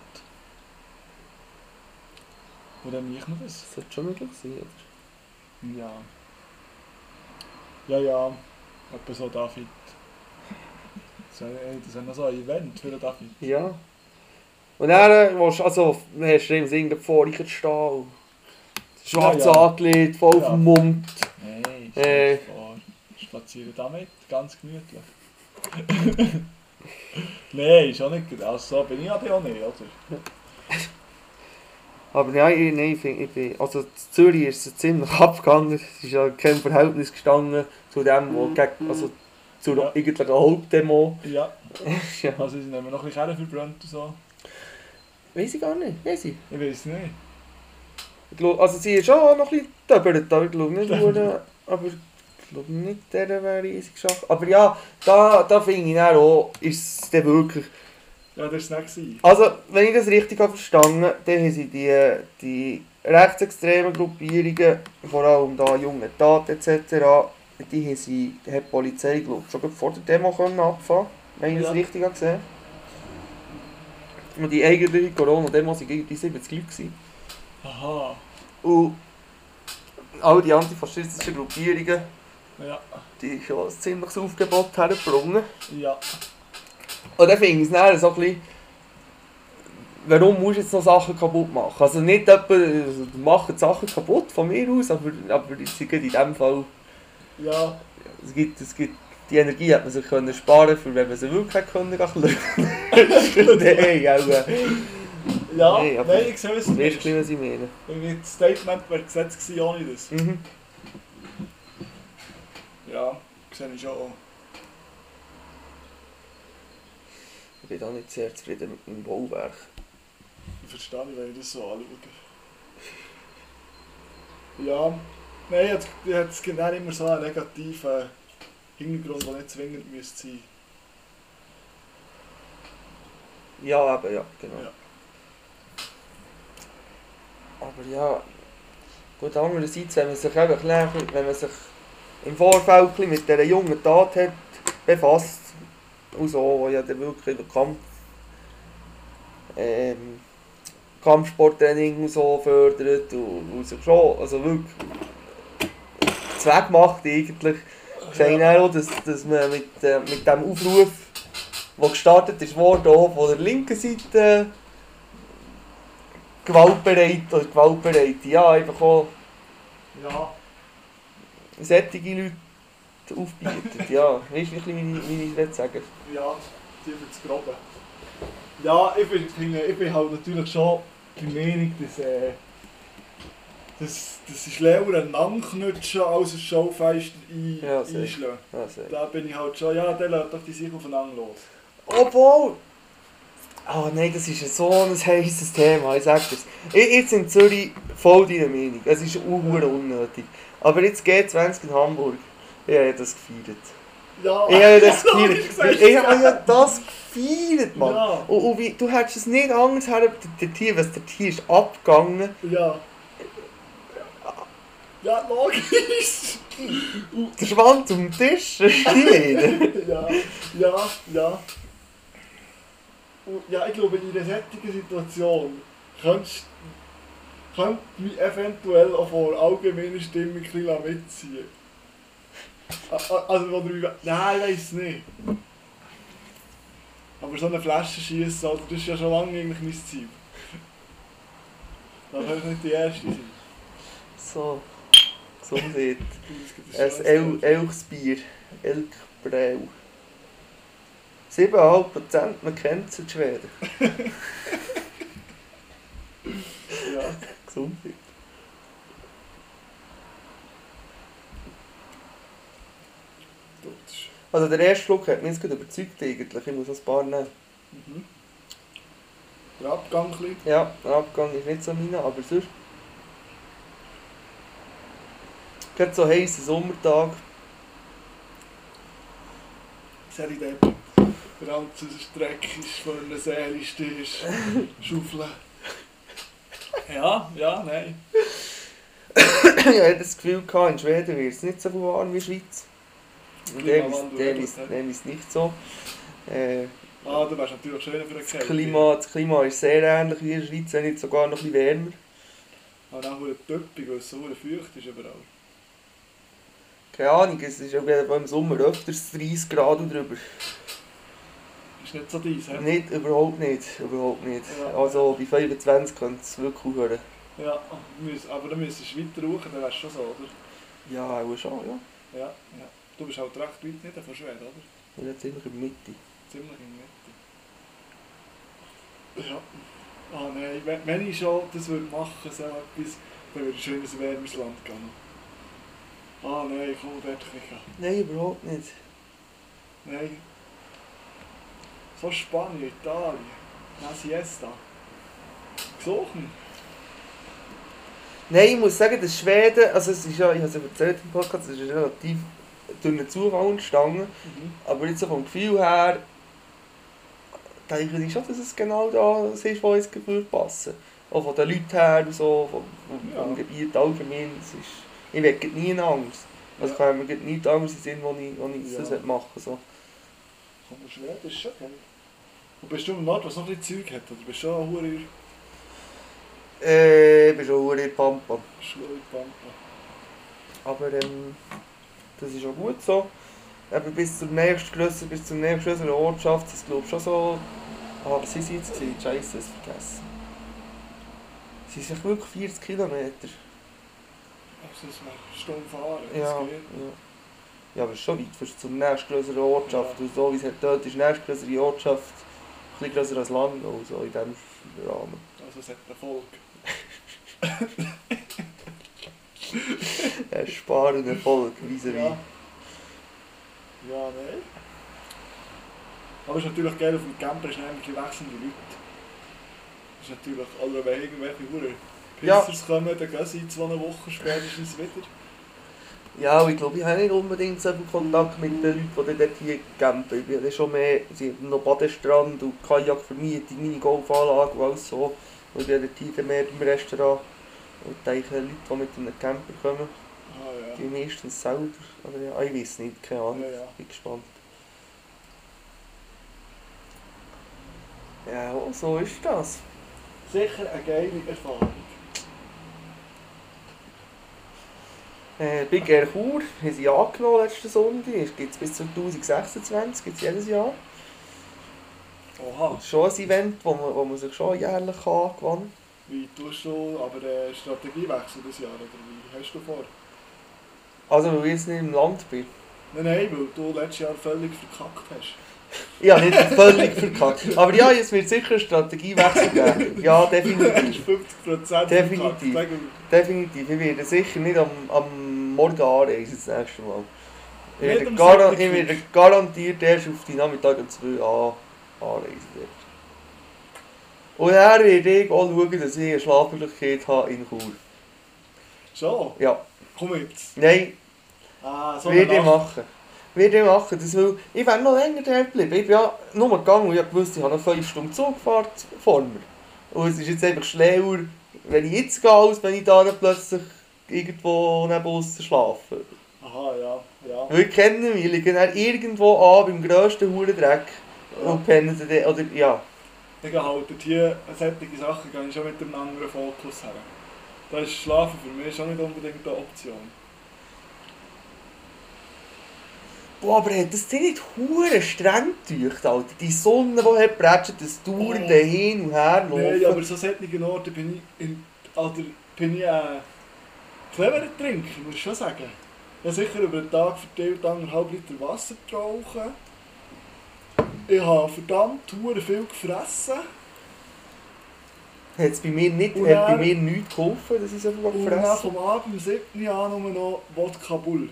Speaker 4: Und dann macht man das.
Speaker 3: das sollte schon möglich sein, oder?
Speaker 4: Ja. Ja, ja. Etwa so David. Das wäre äh, das wär noch so ein Event für den David.
Speaker 3: Ja. Und dann äh, willst du, also, hast du im Sinn, gerade vor ich stehen. Schwarze
Speaker 4: Ja, ja.
Speaker 3: Antlitz, voll auf
Speaker 4: Ja.
Speaker 3: dem Mund.
Speaker 4: Nein, ich
Speaker 3: Äh.
Speaker 4: vor. Spazieren damit, ganz gemütlich. Nein, ist auch nicht gut. Also so bin ich aber auch nicht, oder?
Speaker 3: Aber ja, ich, nein, ich, find- ich bin, also in Zürich ist es ziemlich abgegangen. Es ist ja kein Verhältnis gestanden zu dem, wo gegen, also zur
Speaker 4: Ja.
Speaker 3: eigentlichen Hauptdemo.
Speaker 4: Ja,
Speaker 3: ja.
Speaker 4: also sie nehmen noch ein bisschen Kerne verbrannt und so.
Speaker 3: Weiß ich gar nicht, weiß ich.
Speaker 4: Ich weiß nicht.
Speaker 3: ich glaub, also sie ist schon auch noch ein bisschen döbert, aber ich glaube nicht, nur, aber glaube nicht, der wäre riesig geschafft. Aber ja, da, da finde ich dann auch, ist es dann wirklich...
Speaker 4: Ja, das war es nicht.
Speaker 3: Also, wenn ich das richtig habe verstanden, dann haben sie die, die rechtsextremen Gruppierungen, vor allem da junge Tat etc., die haben sie, hat die Polizei, glaube ich, schon gerade vor der Demo können abfahren wenn ich
Speaker 4: Ja.
Speaker 3: das richtig habe gesehen. Und die eigentliche Corona-Demo waren irgendwie 70 Leute. Gewesen.
Speaker 4: Aha.
Speaker 3: Und all die antifaschistischen Gruppierungen,
Speaker 4: Ja.
Speaker 3: die haben schon ein ziemliches Aufgebot hergebracht.
Speaker 4: Ja.
Speaker 3: Und dann finde ich es dann so ein bisschen, warum musst du jetzt noch Sachen kaputt machen? Also nicht etwa, also, machen Sachen kaputt von mir aus, aber, aber ich sage in dem Fall,
Speaker 4: Ja.
Speaker 3: es gibt, es gibt, die Energie hat man sich können sparen für wenn man sie wirklich hätte können lösen Nein, aber...
Speaker 4: Ja.
Speaker 3: Nee, aber-
Speaker 4: Nein, ich sehe es
Speaker 3: Du weißt,
Speaker 4: nicht.
Speaker 3: was ich meine.
Speaker 4: Irgendwie das Statement wäre gesetzt gewesen ohne das.
Speaker 3: Mhm.
Speaker 4: Ja, sehe ich schon auch.
Speaker 3: Ich bin da nicht sehr zufrieden mit meinem Bauwerk.
Speaker 4: Ich verstehe nicht, wenn ich das so anschaue. Ja, nein, jetzt, jetzt gibt es immer so einen negativen Hintergrund, der nicht zwingend müsste sein
Speaker 3: Ja, aber ja, genau.
Speaker 4: Ja.
Speaker 3: Aber ja, gut, andererseits, wenn man sich eben ein bisschen- wenn man sich im Vorfeld ein bisschen mit dieser jungen Tat hat befasst, und so, wo ja dann wirklich über Kampf, ähm, Kampfsporttraining und so fördert und, und sich schon, also wirklich Zweck macht eigentlich, sehe ich dann auch, dass, dass man mit, äh, mit dem Aufruf, der gestartet ist worden, auch von der linken Seite äh, gewaltbereit oder gewaltbereit, ja, einfach auch
Speaker 4: Ja,
Speaker 3: solche Leute aufbietet, ja, weißt du, wie ich- wie ich es sagen
Speaker 4: ja, die wird es groben. Ja, ich bin, finde- ich bin halt natürlich schon der Meinung, dass, äh, dass, dass ist leer ein anknutschen als ein Schaufenster ein,
Speaker 3: Ja, sicher.
Speaker 4: einschlagen.
Speaker 3: Ja, sehr.
Speaker 4: Da bin ich halt schon, ja, der lädt doch die sich aufeinander los.
Speaker 3: Obwohl. Oh nein, das ist ja so ein heißes Thema, ich sag das. Ich, jetzt in Zürich voll deiner Meinung. Es ist unhuhr unnötig. Aber jetzt G20 in Hamburg. Ich habe ja das gefeiert.
Speaker 4: Ja,
Speaker 3: Ich habe ja das
Speaker 4: Ja,
Speaker 3: gefeiert.
Speaker 4: ich sag's
Speaker 3: Ich habe ja das gefeiert, Mann.
Speaker 4: Ja.
Speaker 3: Und, und wie, du hättest es nicht anders her, der Tier, was der Tier ist abgegangen.
Speaker 4: Ja. Ja, logisch.
Speaker 3: Der Schwanz um den Tisch, das ist nicht.
Speaker 4: ja, ja, ja. Und ja, ich glaube, in einer solchen Situation könntest könnte mich eventuell auch vor allgemeiner Stimmung ein bisschen mitziehen. A- a- Also, oder wie. Nein, ich weiß nicht. Aber so eine Flasche schießen, Alter, das ist ja schon lange eigentlich mein Ziel. Da könnte ich nicht die erste sein.
Speaker 3: So. Gesundheit.
Speaker 4: Es gibt
Speaker 3: Ein
Speaker 4: schönes
Speaker 3: El
Speaker 4: Bild.
Speaker 3: Elchsbier. Elchbrau. 7,5% man kennt zu Schweden.
Speaker 4: Ja.
Speaker 3: Gesundheit. Also der erste Schluck hat mich jetzt gut überzeugt eigentlich. Ich muss noch ein paar nehmen.
Speaker 4: Mhm. Der Abgang ein bisschen.
Speaker 3: Ja, der Abgang ist nicht so meiner, aber sonst... Gerade so heißen Sommertag.
Speaker 4: Sehr in dem. Der ganze Dreck ist von einer Seele, ist Schaufeln. Ja, ja, nein.
Speaker 3: ich hatte das Gefühl, gehabt, in Schweden wird es nicht so viel warm wie in der Schweiz. Und dem ist,
Speaker 4: Klimawandel,
Speaker 3: dem
Speaker 4: ja,
Speaker 3: ist,
Speaker 4: das, ne?
Speaker 3: dem ist nicht so. Äh,
Speaker 4: Ah, du wärst natürlich schöner für eine
Speaker 3: das, Klima, das Klima ist sehr ähnlich wie in der Schweiz, wenn nicht sogar noch ein bisschen wärmer.
Speaker 10: Ah,
Speaker 4: Aber dann wurde Töppig, weil es so verdammt feucht ist überall.
Speaker 3: Keine Ahnung, es ist auf jeden Fall im Sommer öfters 30 Grad und drüber.
Speaker 4: Ist nicht so deins, hä?
Speaker 3: Nicht, überhaupt nicht, überhaupt nicht.
Speaker 4: Ja.
Speaker 3: Also bei 25 könnte es wirklich hören.
Speaker 4: Ja, müß- aber dann müsstest du weiter rauchen, dann wärst du schon so, oder?
Speaker 3: Ja, auch schon, ja.
Speaker 4: Ja, ja. Du bist halt recht weit nicht von Schweden, oder?
Speaker 3: Ich bin ziemlich in der Mitte.
Speaker 4: Ziemlich in der Mitte. Ja. Ah nein, wenn- wenn ich schon das würde machen, so etwas, dann würde ich schön ins wärmes Land gehen. Ah nein, komm, dort kann ich nicht.
Speaker 3: Nein, überhaupt nicht.
Speaker 4: Nein. So Spanien, Italien, La Siesta. Gesuchen.
Speaker 3: Nein, ich muss sagen, dass Schweden, also es ist ja, ich habe es erzählt im Podcast, es ist relativ durch einen Zufall entstanden.
Speaker 4: Mhm.
Speaker 3: Aber jetzt so vom Gefühl her, denke ich schon, dass es genau das ist, was ins Gefühl passen. Auch von den Leuten her und so, vom, vom,
Speaker 4: Ja.
Speaker 3: vom Gebiet allgemein. Es ist, ich will nie anders. Also
Speaker 4: Ja.
Speaker 3: kann mir grad nichts anderes in den Sinn, wo ich, wo ich
Speaker 10: Ja.
Speaker 3: das machen so.
Speaker 10: Aber Schweden ist schon geil. Und bist du im Nord, was noch ein bisschen Zeug hat? Oder bist du auch Hurer
Speaker 3: Äh, ich bin schon verdammt in Pampa.
Speaker 10: Schule Pampa?
Speaker 3: Aber ähm, das ist auch gut so. Aber bis zum nächstgrößeren, bis zum nächstgrößeren Ortschaft, das glaube ich schon so. Ah, was sind sie jetzt gewesen? Scheiße, es vergessen. Sie sind wirklich 40 Kilometer.
Speaker 10: Also es wäre eine Stunde fahren,
Speaker 3: Ja,
Speaker 10: das
Speaker 3: ja.
Speaker 10: geht.
Speaker 3: ja, aber schon weit bis zum nächstgrößeren Ortschaft. Und so wie es hat dort ist, die nächstgrößere Ortschaft ein bisschen größer als Land, also in diesem Rahmen.
Speaker 10: Also es hat Erfolg.
Speaker 3: Ein sparender Äh, Erfolg, vis à
Speaker 10: Ja. Ja, nein. Aber es ist natürlich geil, auf dem Camper ist nämlich wechselnde Leute. Es ist natürlich allerweil irgendwelche Huren.
Speaker 3: Ja.
Speaker 10: Pissers kommen, dann gehen sie in zwei Wochen spätestens wieder.
Speaker 3: Ja, und ich glaube, ich habe nicht unbedingt so viel Kontakt mit den Leuten, die dort hier campen. Ich bin ja schon mehr, sie haben noch Badestrand und Kajak vermietet, meine Golfanlage und alles so. Und ich bin ja dort hier dann mehr beim Restaurant. Und da denke, Leute, die mit einem Camper kommen,
Speaker 10: Ah ja.
Speaker 3: die meistens selber. Oder ja, ich weiß nicht, keine Ahnung.
Speaker 10: Ja, ja.
Speaker 3: Bin gespannt. Ja, oh, so ist das.
Speaker 10: Sicher eine geile Erfahrung.
Speaker 3: Äh, bei Gerchur haben sie angenommen letzten Sonntag. Es gibt bis 2026, gibt es jedes Jahr.
Speaker 10: Oha,
Speaker 3: schon ein Event, wo man, wo man sich schon jährlich kann gewinnen
Speaker 10: wie tust du aber äh, Strategiewechsel dieses Jahr? Oder wie hast du vor?
Speaker 3: kann. Also weil ich jetzt nicht im Land bin.
Speaker 10: Nein, nein, weil du letztes Jahr völlig verkackt hast.
Speaker 3: Ich habe nicht völlig verkackt. Aber ja, es wird sicher einen Strategiewechsel geben. Ja, definitiv.
Speaker 10: 50%
Speaker 3: Definitiv.
Speaker 10: verkackt. Sag mal.
Speaker 3: Definitiv. Ich werde sicher nicht am, am Morgen anreisen das nächste Mal. Ich
Speaker 10: Nicht
Speaker 3: werde,
Speaker 10: am
Speaker 3: garan ich
Speaker 10: Sonntag
Speaker 3: werde
Speaker 10: fliegst.
Speaker 3: garantiert erst auf die Nachmittag um 2 Uhr an, anreisen. Dort. Und er werde ich auch schauen, dass ich eine Schlafmöglichkeit habe in Chur.
Speaker 10: So,
Speaker 3: Ja.
Speaker 10: komm jetzt.
Speaker 3: Nein,
Speaker 10: Ah, so
Speaker 3: Würde ich
Speaker 10: Nacht.
Speaker 3: machen. Würde ich machen. Das, weil ich wäre noch länger dort geblieben. Ich bin ja nur gegangen, weil ich wusste, ich habe noch 5 Stunden Zugfahrt vor mir. Und es ist jetzt einfach schlauer, wenn ich jetzt gehe, als wenn ich da dann plötzlich irgendwo neben uns schlafe.
Speaker 10: Aha, ja, ja.
Speaker 3: Weil ich kenne mich, ich liege dann irgendwo an, beim grössten Hurendreck.
Speaker 10: Ja.
Speaker 3: Und penne dann, dort- oder, ja.
Speaker 10: Digga, halt, dort hier, solche Sachen gehe ich schon mit einem anderen Fokus her. Da ist Schlafen für mich schon nicht unbedingt eine Option.
Speaker 3: Boah, aber hat das sind nicht hure streng getäuscht, Alter. Die Sonne, die hat prätscht, das dauernde
Speaker 10: Oh.
Speaker 3: Hin und Her
Speaker 10: Nein, aber so solchen Orten bin ich, in, also bin ich äh, cleverer Trinker, muss ich schon sagen. Ich habe sicher über den Tag verteilt anderthalb Liter Wasser getrunken. Ich habe verdammt hure viel gefressen.
Speaker 3: Hat es bei mir, nicht,
Speaker 10: Und
Speaker 3: hat bei
Speaker 10: dann-
Speaker 3: mir nichts geholfen, dass ich so viel
Speaker 10: Und
Speaker 3: gefressen
Speaker 10: dann
Speaker 3: habe.
Speaker 10: vom Abend um 7 Uhr an nur noch Wodka Bull.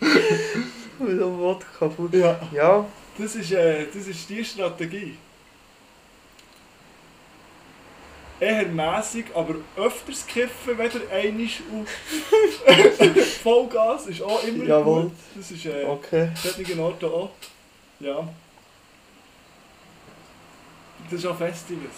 Speaker 3: Mit dem Wodka voll.
Speaker 10: Ja.
Speaker 3: Ja,
Speaker 10: Das ist, äh, das ist die Strategie. Eher mässig, aber öfters kiffen, weder einisch und Vollgas ist auch immer
Speaker 3: Jawohl.
Speaker 10: gut. Das ist äh,
Speaker 3: okay.
Speaker 10: okay. solchen Orten auch. Ja. Das ist auch Festivals.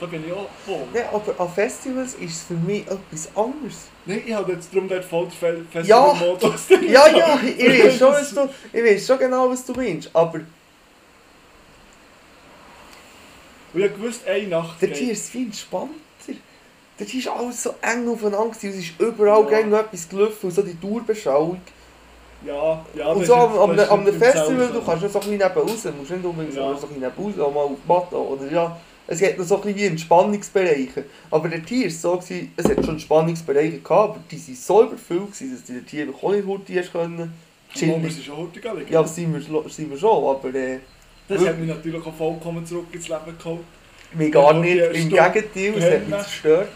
Speaker 10: Da bin ich auch voll.
Speaker 3: Nein, aber an Festivals ist es für mich etwas anderes.
Speaker 10: Nein, ich habe jetzt darum dort voll den Fe- Festival-Modus.
Speaker 3: Ja, ja, ich ich weiß schon, was du, ich weiß schon genau, was du meinst. Aber
Speaker 10: Und ich habe gewusst, eine Nacht
Speaker 3: dort hier
Speaker 10: geht.
Speaker 3: ist es viel entspannter. Dort ist alles so eng aufeinander gewesen, und es ist überall
Speaker 10: Ja.
Speaker 3: ja. noch etwas gelaufen und so die Tourbeschauung.
Speaker 10: Ja, ja.
Speaker 3: und
Speaker 10: das
Speaker 3: so
Speaker 10: ist-
Speaker 3: am, am,
Speaker 10: das ist
Speaker 3: am
Speaker 10: nicht im
Speaker 3: Festival,
Speaker 10: Zelt
Speaker 3: du
Speaker 10: so.
Speaker 3: kannst noch so ein bisschen nebenan raus, du musst nicht unbedingt
Speaker 10: Ja.
Speaker 3: ja. so ein bisschen nebenan raus, auch mal auf die Matte oder ja. Es gibt noch so ein bisschen wie Entspannungsbereiche. Aber der Tier ist so, gewesen, es hat schon Entspannungsbereiche gehabt, aber die waren so überfüllt, gewesen, dass du den Tier auch nicht hurtig hast können.
Speaker 10: Obwohl, wir
Speaker 3: Chillen.
Speaker 10: sind schon heute gelegen.
Speaker 3: Ja, sind wir, schlo- sind wir schon, aber äh,
Speaker 10: Das hat mich natürlich auch vollkommen zurück ins Leben geholt.
Speaker 3: mir gar
Speaker 10: Ja,
Speaker 3: nicht.
Speaker 10: die
Speaker 3: Im
Speaker 10: Stunde
Speaker 3: Gegenteil, es hat mich
Speaker 10: pennen.
Speaker 3: zerstört.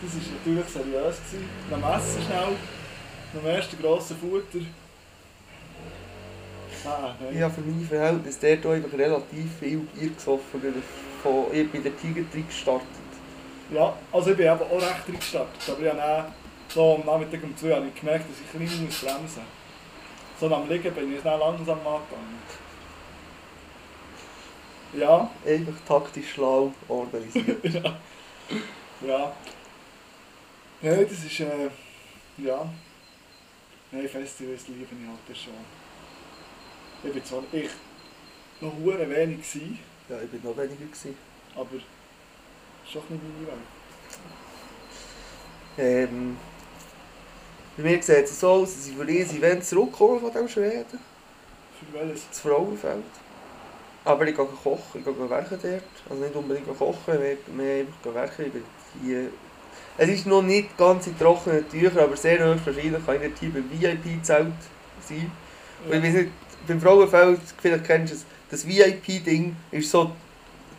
Speaker 10: Das war natürlich seriös. Gewesen. Am Essen schnell, am ersten grossen Futter. Ah, nein.
Speaker 3: Ich habe für meine Verhältnisse dort auch einfach relativ viel Bier gesoffen. weil Von, ich bin der Tiger drin gestartet.
Speaker 10: Ja, also ich bin eben auch recht reingestartet, aber ich habe dann so am Nachmittag um 2 habe ich gemerkt, dass ich ein bisschen muss bremsen muss. So nach dem Liegen bin ich dann langsam angegangen. Ja,
Speaker 3: Einfach taktisch schlau organisiert.
Speaker 10: ja. Nein, das ist, äh, ja. Nein, Festivals liebe ich halt schon. Ich bin zwar echt noch hure wenig gewesen,
Speaker 3: ja, ich bin noch weniger. Gewesen.
Speaker 10: aber schon nicht meine Welt.
Speaker 3: Ähm, bei mir sieht es so aus, dass ich für ein Event zurückkomme von dem Schweden.
Speaker 10: Für welches?
Speaker 3: das Frauenfeld. Aber ich gehe kochen, ich gehe werken dort. Also nicht unbedingt kochen, mehr, mehr einfach werken. Ich bin hier. Es ist noch nicht ganz in trockenen Tüchern, aber sehr höchstwahrscheinlich kann ich dort hier beim VIP-Zelt sein. Und ich weiß nicht, beim Frauenfeld, vielleicht kennst du es, das VIP-Ding ist so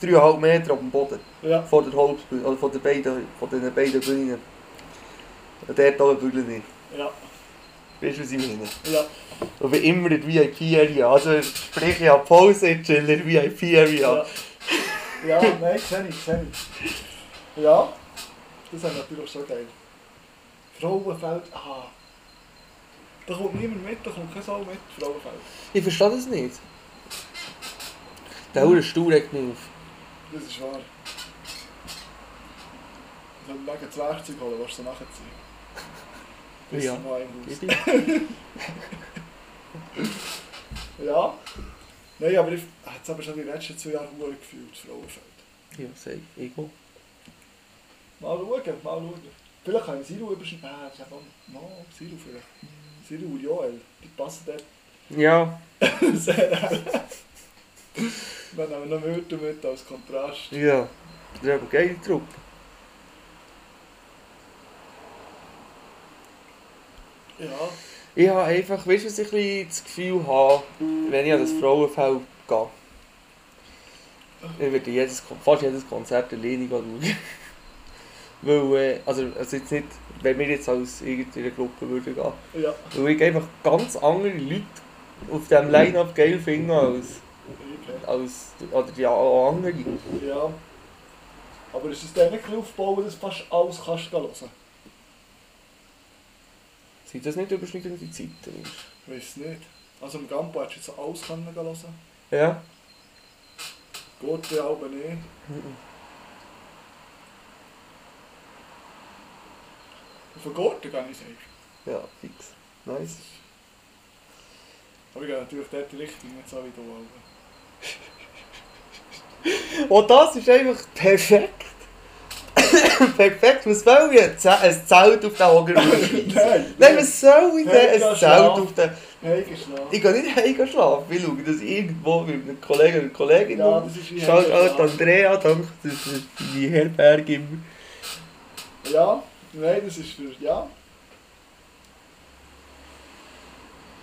Speaker 3: 3,5 Meter auf dem Boden.
Speaker 10: Ja,
Speaker 3: Vor der Holzbühne, oder von, der beiden, von den beiden Bühnen. Und dort oben bügeln nicht.
Speaker 10: ja,
Speaker 3: Weißt du, was ich meine?
Speaker 10: ja.
Speaker 3: Und bin immer in der VIP-Area. Also sprich, ich habe Pause jetzt in der VIP-Area.
Speaker 10: Ja, ja nein, kenne ich, kenne ich. Ja, das ist natürlich schon geil. Frauenfeld, ah. Da kommt niemand mit, da kommt kein Sau mit, Frauenfeld.
Speaker 3: Ich verstehe das nicht. Der Hure Stuhl regt mich auf.
Speaker 10: Das ist wahr. Wenn du wegen das Werkzeug holen, willst du so nachziehen. Bis
Speaker 3: Ja.
Speaker 10: ja. mal im Haus.
Speaker 3: Ich
Speaker 10: Ja. Nein, aber ich habe es aber schon die letzten zwei Jahre gut gefühlt, Frauenfeld.
Speaker 3: Ja, sei Ego.
Speaker 10: Mal schauen, mal schauen. Vielleicht kann ich Siru überschneiden. Ah, ich habe no, Siru vielleicht. Siru und Joel, die passen dort.
Speaker 3: Ja.
Speaker 10: Sehr hell. Dann haben wir noch Myrte mit als Kontrast.
Speaker 3: Ja. Das ist aber eine geile Truppe.
Speaker 10: Ja,
Speaker 3: Ich habe einfach, weißt du, was ich ein bisschen das Gefühl habe, wenn ich an das Frauenfeld gehe? Ich würde jedes, Kon- fast jedes Konzert alleine schauen. Weil, äh, also, also jetzt nicht, wenn wir jetzt als irgendeine Gruppe würden gehen.
Speaker 10: ja,
Speaker 3: Weil ich einfach ganz andere Leute auf diesem Line-Up geil finde als,
Speaker 10: okay.
Speaker 3: als oder die a- andere.
Speaker 10: Ja. Aber ist es dann nicht ein bisschen aufbauen, dass du fast alles kannst gehen hören?
Speaker 3: Sind das nicht überschneidende Zeiten?
Speaker 10: Ich weiß nicht. Also im Gampo hättest du jetzt alles können gehen hören.
Speaker 3: Ja?
Speaker 10: Gut, ja, aber nicht. Und Von Gurten gehe ich sicher.
Speaker 3: Ja, fix. Nice.
Speaker 10: Aber ich gehe natürlich dort die Richtung, nicht so wie du. Aber.
Speaker 3: Und das ist einfach perfekt. perfekt, was wollen wir? Ein Ze- ein Zelt auf den Hogerwurst.
Speaker 10: Nein!
Speaker 3: Nein, was soll ich denn?
Speaker 10: Hey,
Speaker 3: Ein
Speaker 10: geh
Speaker 3: Zelt
Speaker 10: schlafen.
Speaker 3: auf den...
Speaker 10: Nein, geschlafen.
Speaker 3: Ich gehe nicht heim schlafen. Ich schaue das irgendwo mit einem Kollegen oder Kollegin.
Speaker 10: Ja, das ist wie
Speaker 3: Schaut
Speaker 10: heim
Speaker 3: auch
Speaker 10: schlafen.
Speaker 3: Andrea, danke, dass du die Herberge im...
Speaker 10: Ja, nein, das ist für. Ja.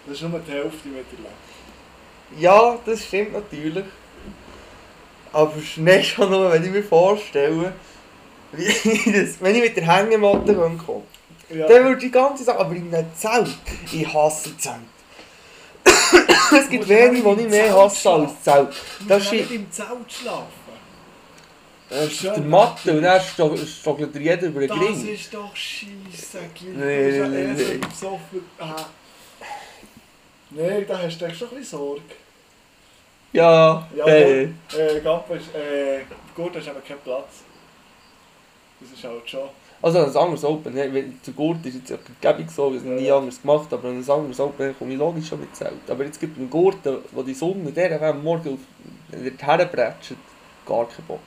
Speaker 10: Das ist nur die Hälfte mit der Länge.
Speaker 3: Ja, das stimmt natürlich. Aber schnell schon nur, wenn ich mir vorstelle, wie ich das, wenn ich mit der Hängematte komme,
Speaker 10: Ja,
Speaker 3: dann würde die ganze Sache, aber in einem Zelt, ich hasse Zelt. es gibt
Speaker 10: musst ja
Speaker 3: wenige,
Speaker 10: nicht
Speaker 3: die ich
Speaker 10: im
Speaker 3: mehr
Speaker 10: Zelt
Speaker 3: hasse
Speaker 10: schlafen.
Speaker 3: als Zelt. Das
Speaker 10: Du musst
Speaker 3: ist
Speaker 10: ja nicht im Zelt schlafen.
Speaker 3: das ist
Speaker 10: schön,
Speaker 3: der
Speaker 10: dass
Speaker 3: Matte
Speaker 10: du-
Speaker 3: und dann sto- stockelt dir jeder über den
Speaker 10: Das
Speaker 3: Gring.
Speaker 10: ist doch scheisse, Gil.
Speaker 3: Nee,
Speaker 10: Du bist ja
Speaker 3: nee,
Speaker 10: eh
Speaker 3: nee,
Speaker 10: so
Speaker 3: nee.
Speaker 10: besoffen. Ah. Nein, da hast du echt schon ein bisschen Sorge.
Speaker 3: Ja,
Speaker 10: Ja,
Speaker 3: hey.
Speaker 10: gut, äh, Gampo ist. Äh, gut, da ist eben kein Platz. Das ist halt schon.
Speaker 3: Also ein anderes Open, ne, wenn- der Gurt ist jetzt gäbig so, weil ich nie anders gemacht habe, aber ein anderes Open komme ich logisch schon mit Zelt. Aber jetzt gibt es einen Gurt, wo die Sonne der am Morgen auf dorthin bretscht, gar keinen Bock.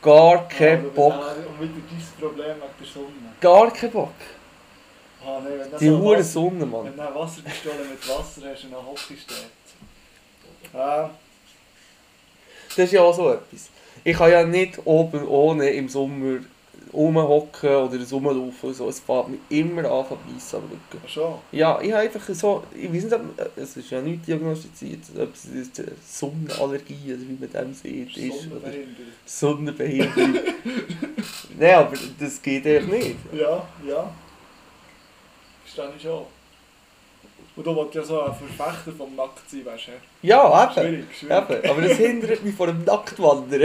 Speaker 3: Gar
Speaker 10: Ah,
Speaker 3: keinen
Speaker 10: aber
Speaker 3: Bock.
Speaker 10: da- Und wieder dein Problem wegen der Sonne.
Speaker 3: Gar keinen Bock.
Speaker 10: Ah, nein, wenn das
Speaker 3: Die
Speaker 10: so
Speaker 3: hure
Speaker 10: Wasser-
Speaker 3: Sonne,
Speaker 10: Wenn
Speaker 3: Mann.
Speaker 10: du eine Wasserpistole mit Wasser hast und eine Hockey steht. Ah,
Speaker 3: Das ist ja auch so etwas. Ich kann ja nicht oben ohne im Sommer rumhocken oder rumlaufen und so. Es fängt mich immer an, von Beißen am Rücken.
Speaker 10: schon.
Speaker 3: Ja, ich habe einfach so, ich weiß nicht, ob, äh, es ist ja nicht diagnostiziert, ob es jetzt eine Sonnenallergie oder wie man dem sieht, ist. Oder
Speaker 10: Sonnenbehindert.
Speaker 3: Sonnenbehinderung. Nein, aber das geht eigentlich nicht.
Speaker 10: Ja, ja. Verstehe ich schon. Und du wolltest ja so ein Verfechter vom Nacktsein, weißt du?
Speaker 3: Ja, eben.
Speaker 10: Schwierig, schwierig.
Speaker 3: eben. Aber das hindert mich vor dem Nacktwandern.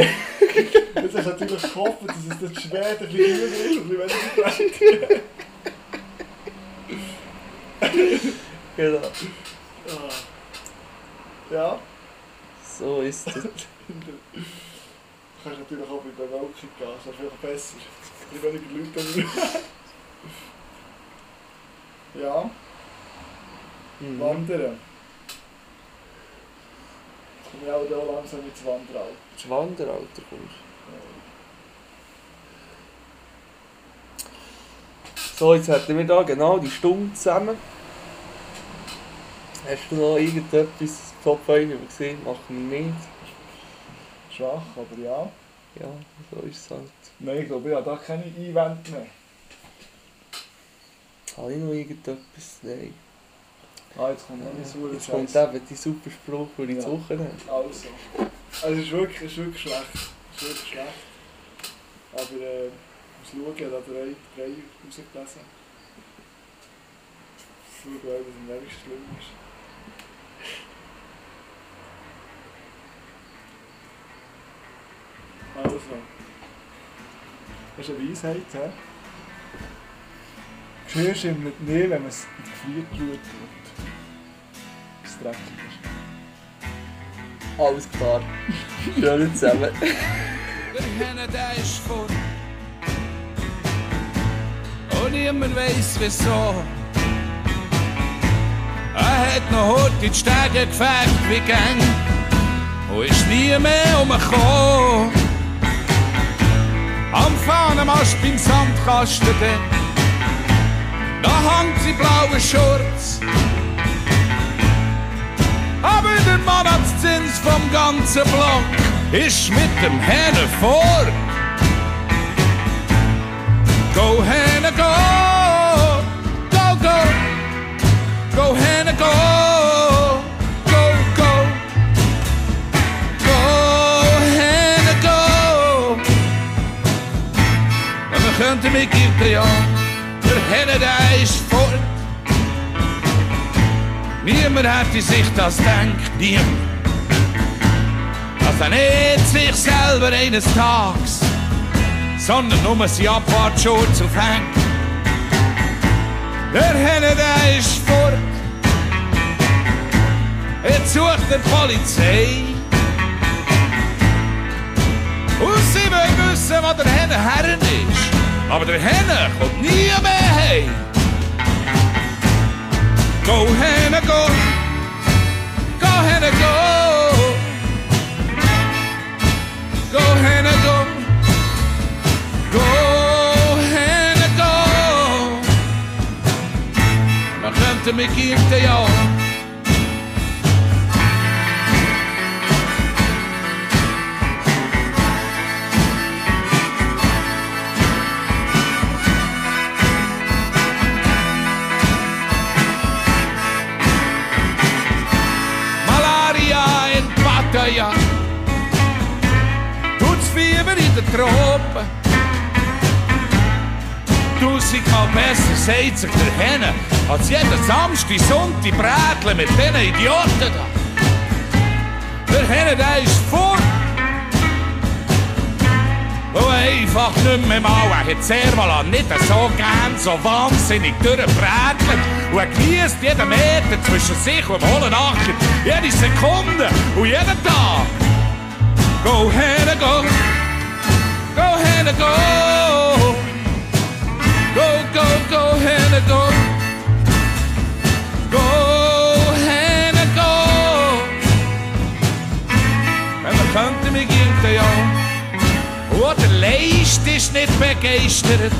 Speaker 10: Jetzt hast du natürlich gehofft, dass es den Schweden ein bisschen höher ist und ein bisschen weniger brennt.
Speaker 3: genau.
Speaker 10: Ah. Ja,
Speaker 3: So ist es.
Speaker 10: du kannst natürlich auch mit der Weltkrieg gehen, das wäre vielleicht besser. Ein bisschen weniger Leute haben. Ja,
Speaker 3: Mhm.
Speaker 10: wandern. Jetzt komme ich auch da langsam ins Wandern.
Speaker 3: Das Wanderalter kommst. So, jetzt hätten wir da genau die Stunde zusammen. Hast du noch irgendetwas Top 5 gesehen? Machen wir nicht.
Speaker 10: Schwach, aber ja.
Speaker 3: Ja, so ist es halt.
Speaker 10: Nein, ich glaube, ich habe da keine Einwände mehr.
Speaker 3: Habe ich noch irgendetwas? Nein.
Speaker 10: Ah, jetzt kommt noch eine Sauer.
Speaker 3: Jetzt kommt eben die super Spruch, den ich
Speaker 10: Ja.
Speaker 3: zu Woche nehme.
Speaker 10: Also. Also, es ist wirklich, es ist wirklich schlecht. Es ist wirklich schlecht. Aber, äh, ich muss schauen, ich habe da drei, drei rausgelesen. Ich schaue, wer das am wenigsten schlimm ist. Also. Das ist eine Weisheit, hä? Geschirr schimmelt nie, wenn man es in die Gefriertruhe tut. Das dreckig ist.
Speaker 3: Alles klar. Schön zusammen.
Speaker 11: Der Henne, der ist fort. Und niemand weiß wieso. Er hat noch heute in die Stege gefährt wie gang. Und ist nie mehr umgekommen. Am Fahnenmast beim Sandkasten, dort, da hängt sie blaue Schurz. Aber der Monatszins vom ganzen Block ist mit dem Hähne fort. Go Hähne, go! Go, go! Go Hähne, go! Go, go! Go Hähne, go! Und wir könnten mit Gitter, ja, der Hähne, der ist fort. Niemand hätte sich das denkt, niemand. Dass er nicht sich selber eines Tages, sondern nur seine Abfahrt schon aufhängt. Der Henne, der ist fort. Jetzt sucht er die Polizei. Und sie wollen wissen, wo der Henne Herren ist. Aber der Henne kommt nie mehr heim. Go Hannah, go. Go Hannah, go. Go Hannah, go. Go Hannah, go. Man könnte mich giften, ja. Malaria in Pattaya. Tut's Fieber in den Tropen. Tausendmal besser sagt sich der Henne, als jeden Samstag, Sonntag Brätle mit diesen Idioten da. Der Henne, der ist fort. Weil er einfach nicht mehr mal, er hat sehr mal an nicht so gern, so wahnsinnig durchbrätelt. Und er genießt jeden Meter zwischen sich und dem hohlen Acker, jede Sekunde und jeden Tag. Go Hannah, go. Go Hannah, go. Go, go, go Hannah, go. Go Hannah, go. Wenn man könnte, mir gibt er ja. Oh, der Leist ist nicht begeistert,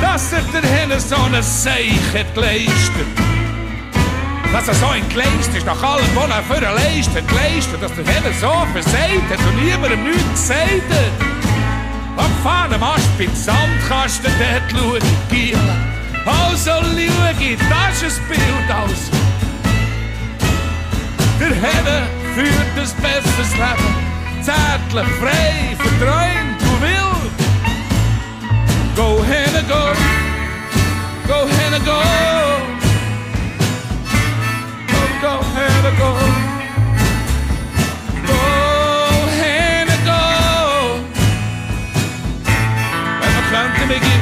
Speaker 11: dass er der Henne so eine Seiche geleistet. Dass er so ein Geleist ist, nach allem, was er für ein Leist hat geleistet, dass der Henne so versagt hat und niemandem nichts gesagt hat. Am Fahnenmast beim Sandkasten, dort schaue ich Giel. Also schaue ich, das ist ein Bild aus. Der Henne führt ein besseres Leben. Zärtlich, frei, verträumt und wild. Go, Henne, go. Go, Henne, go.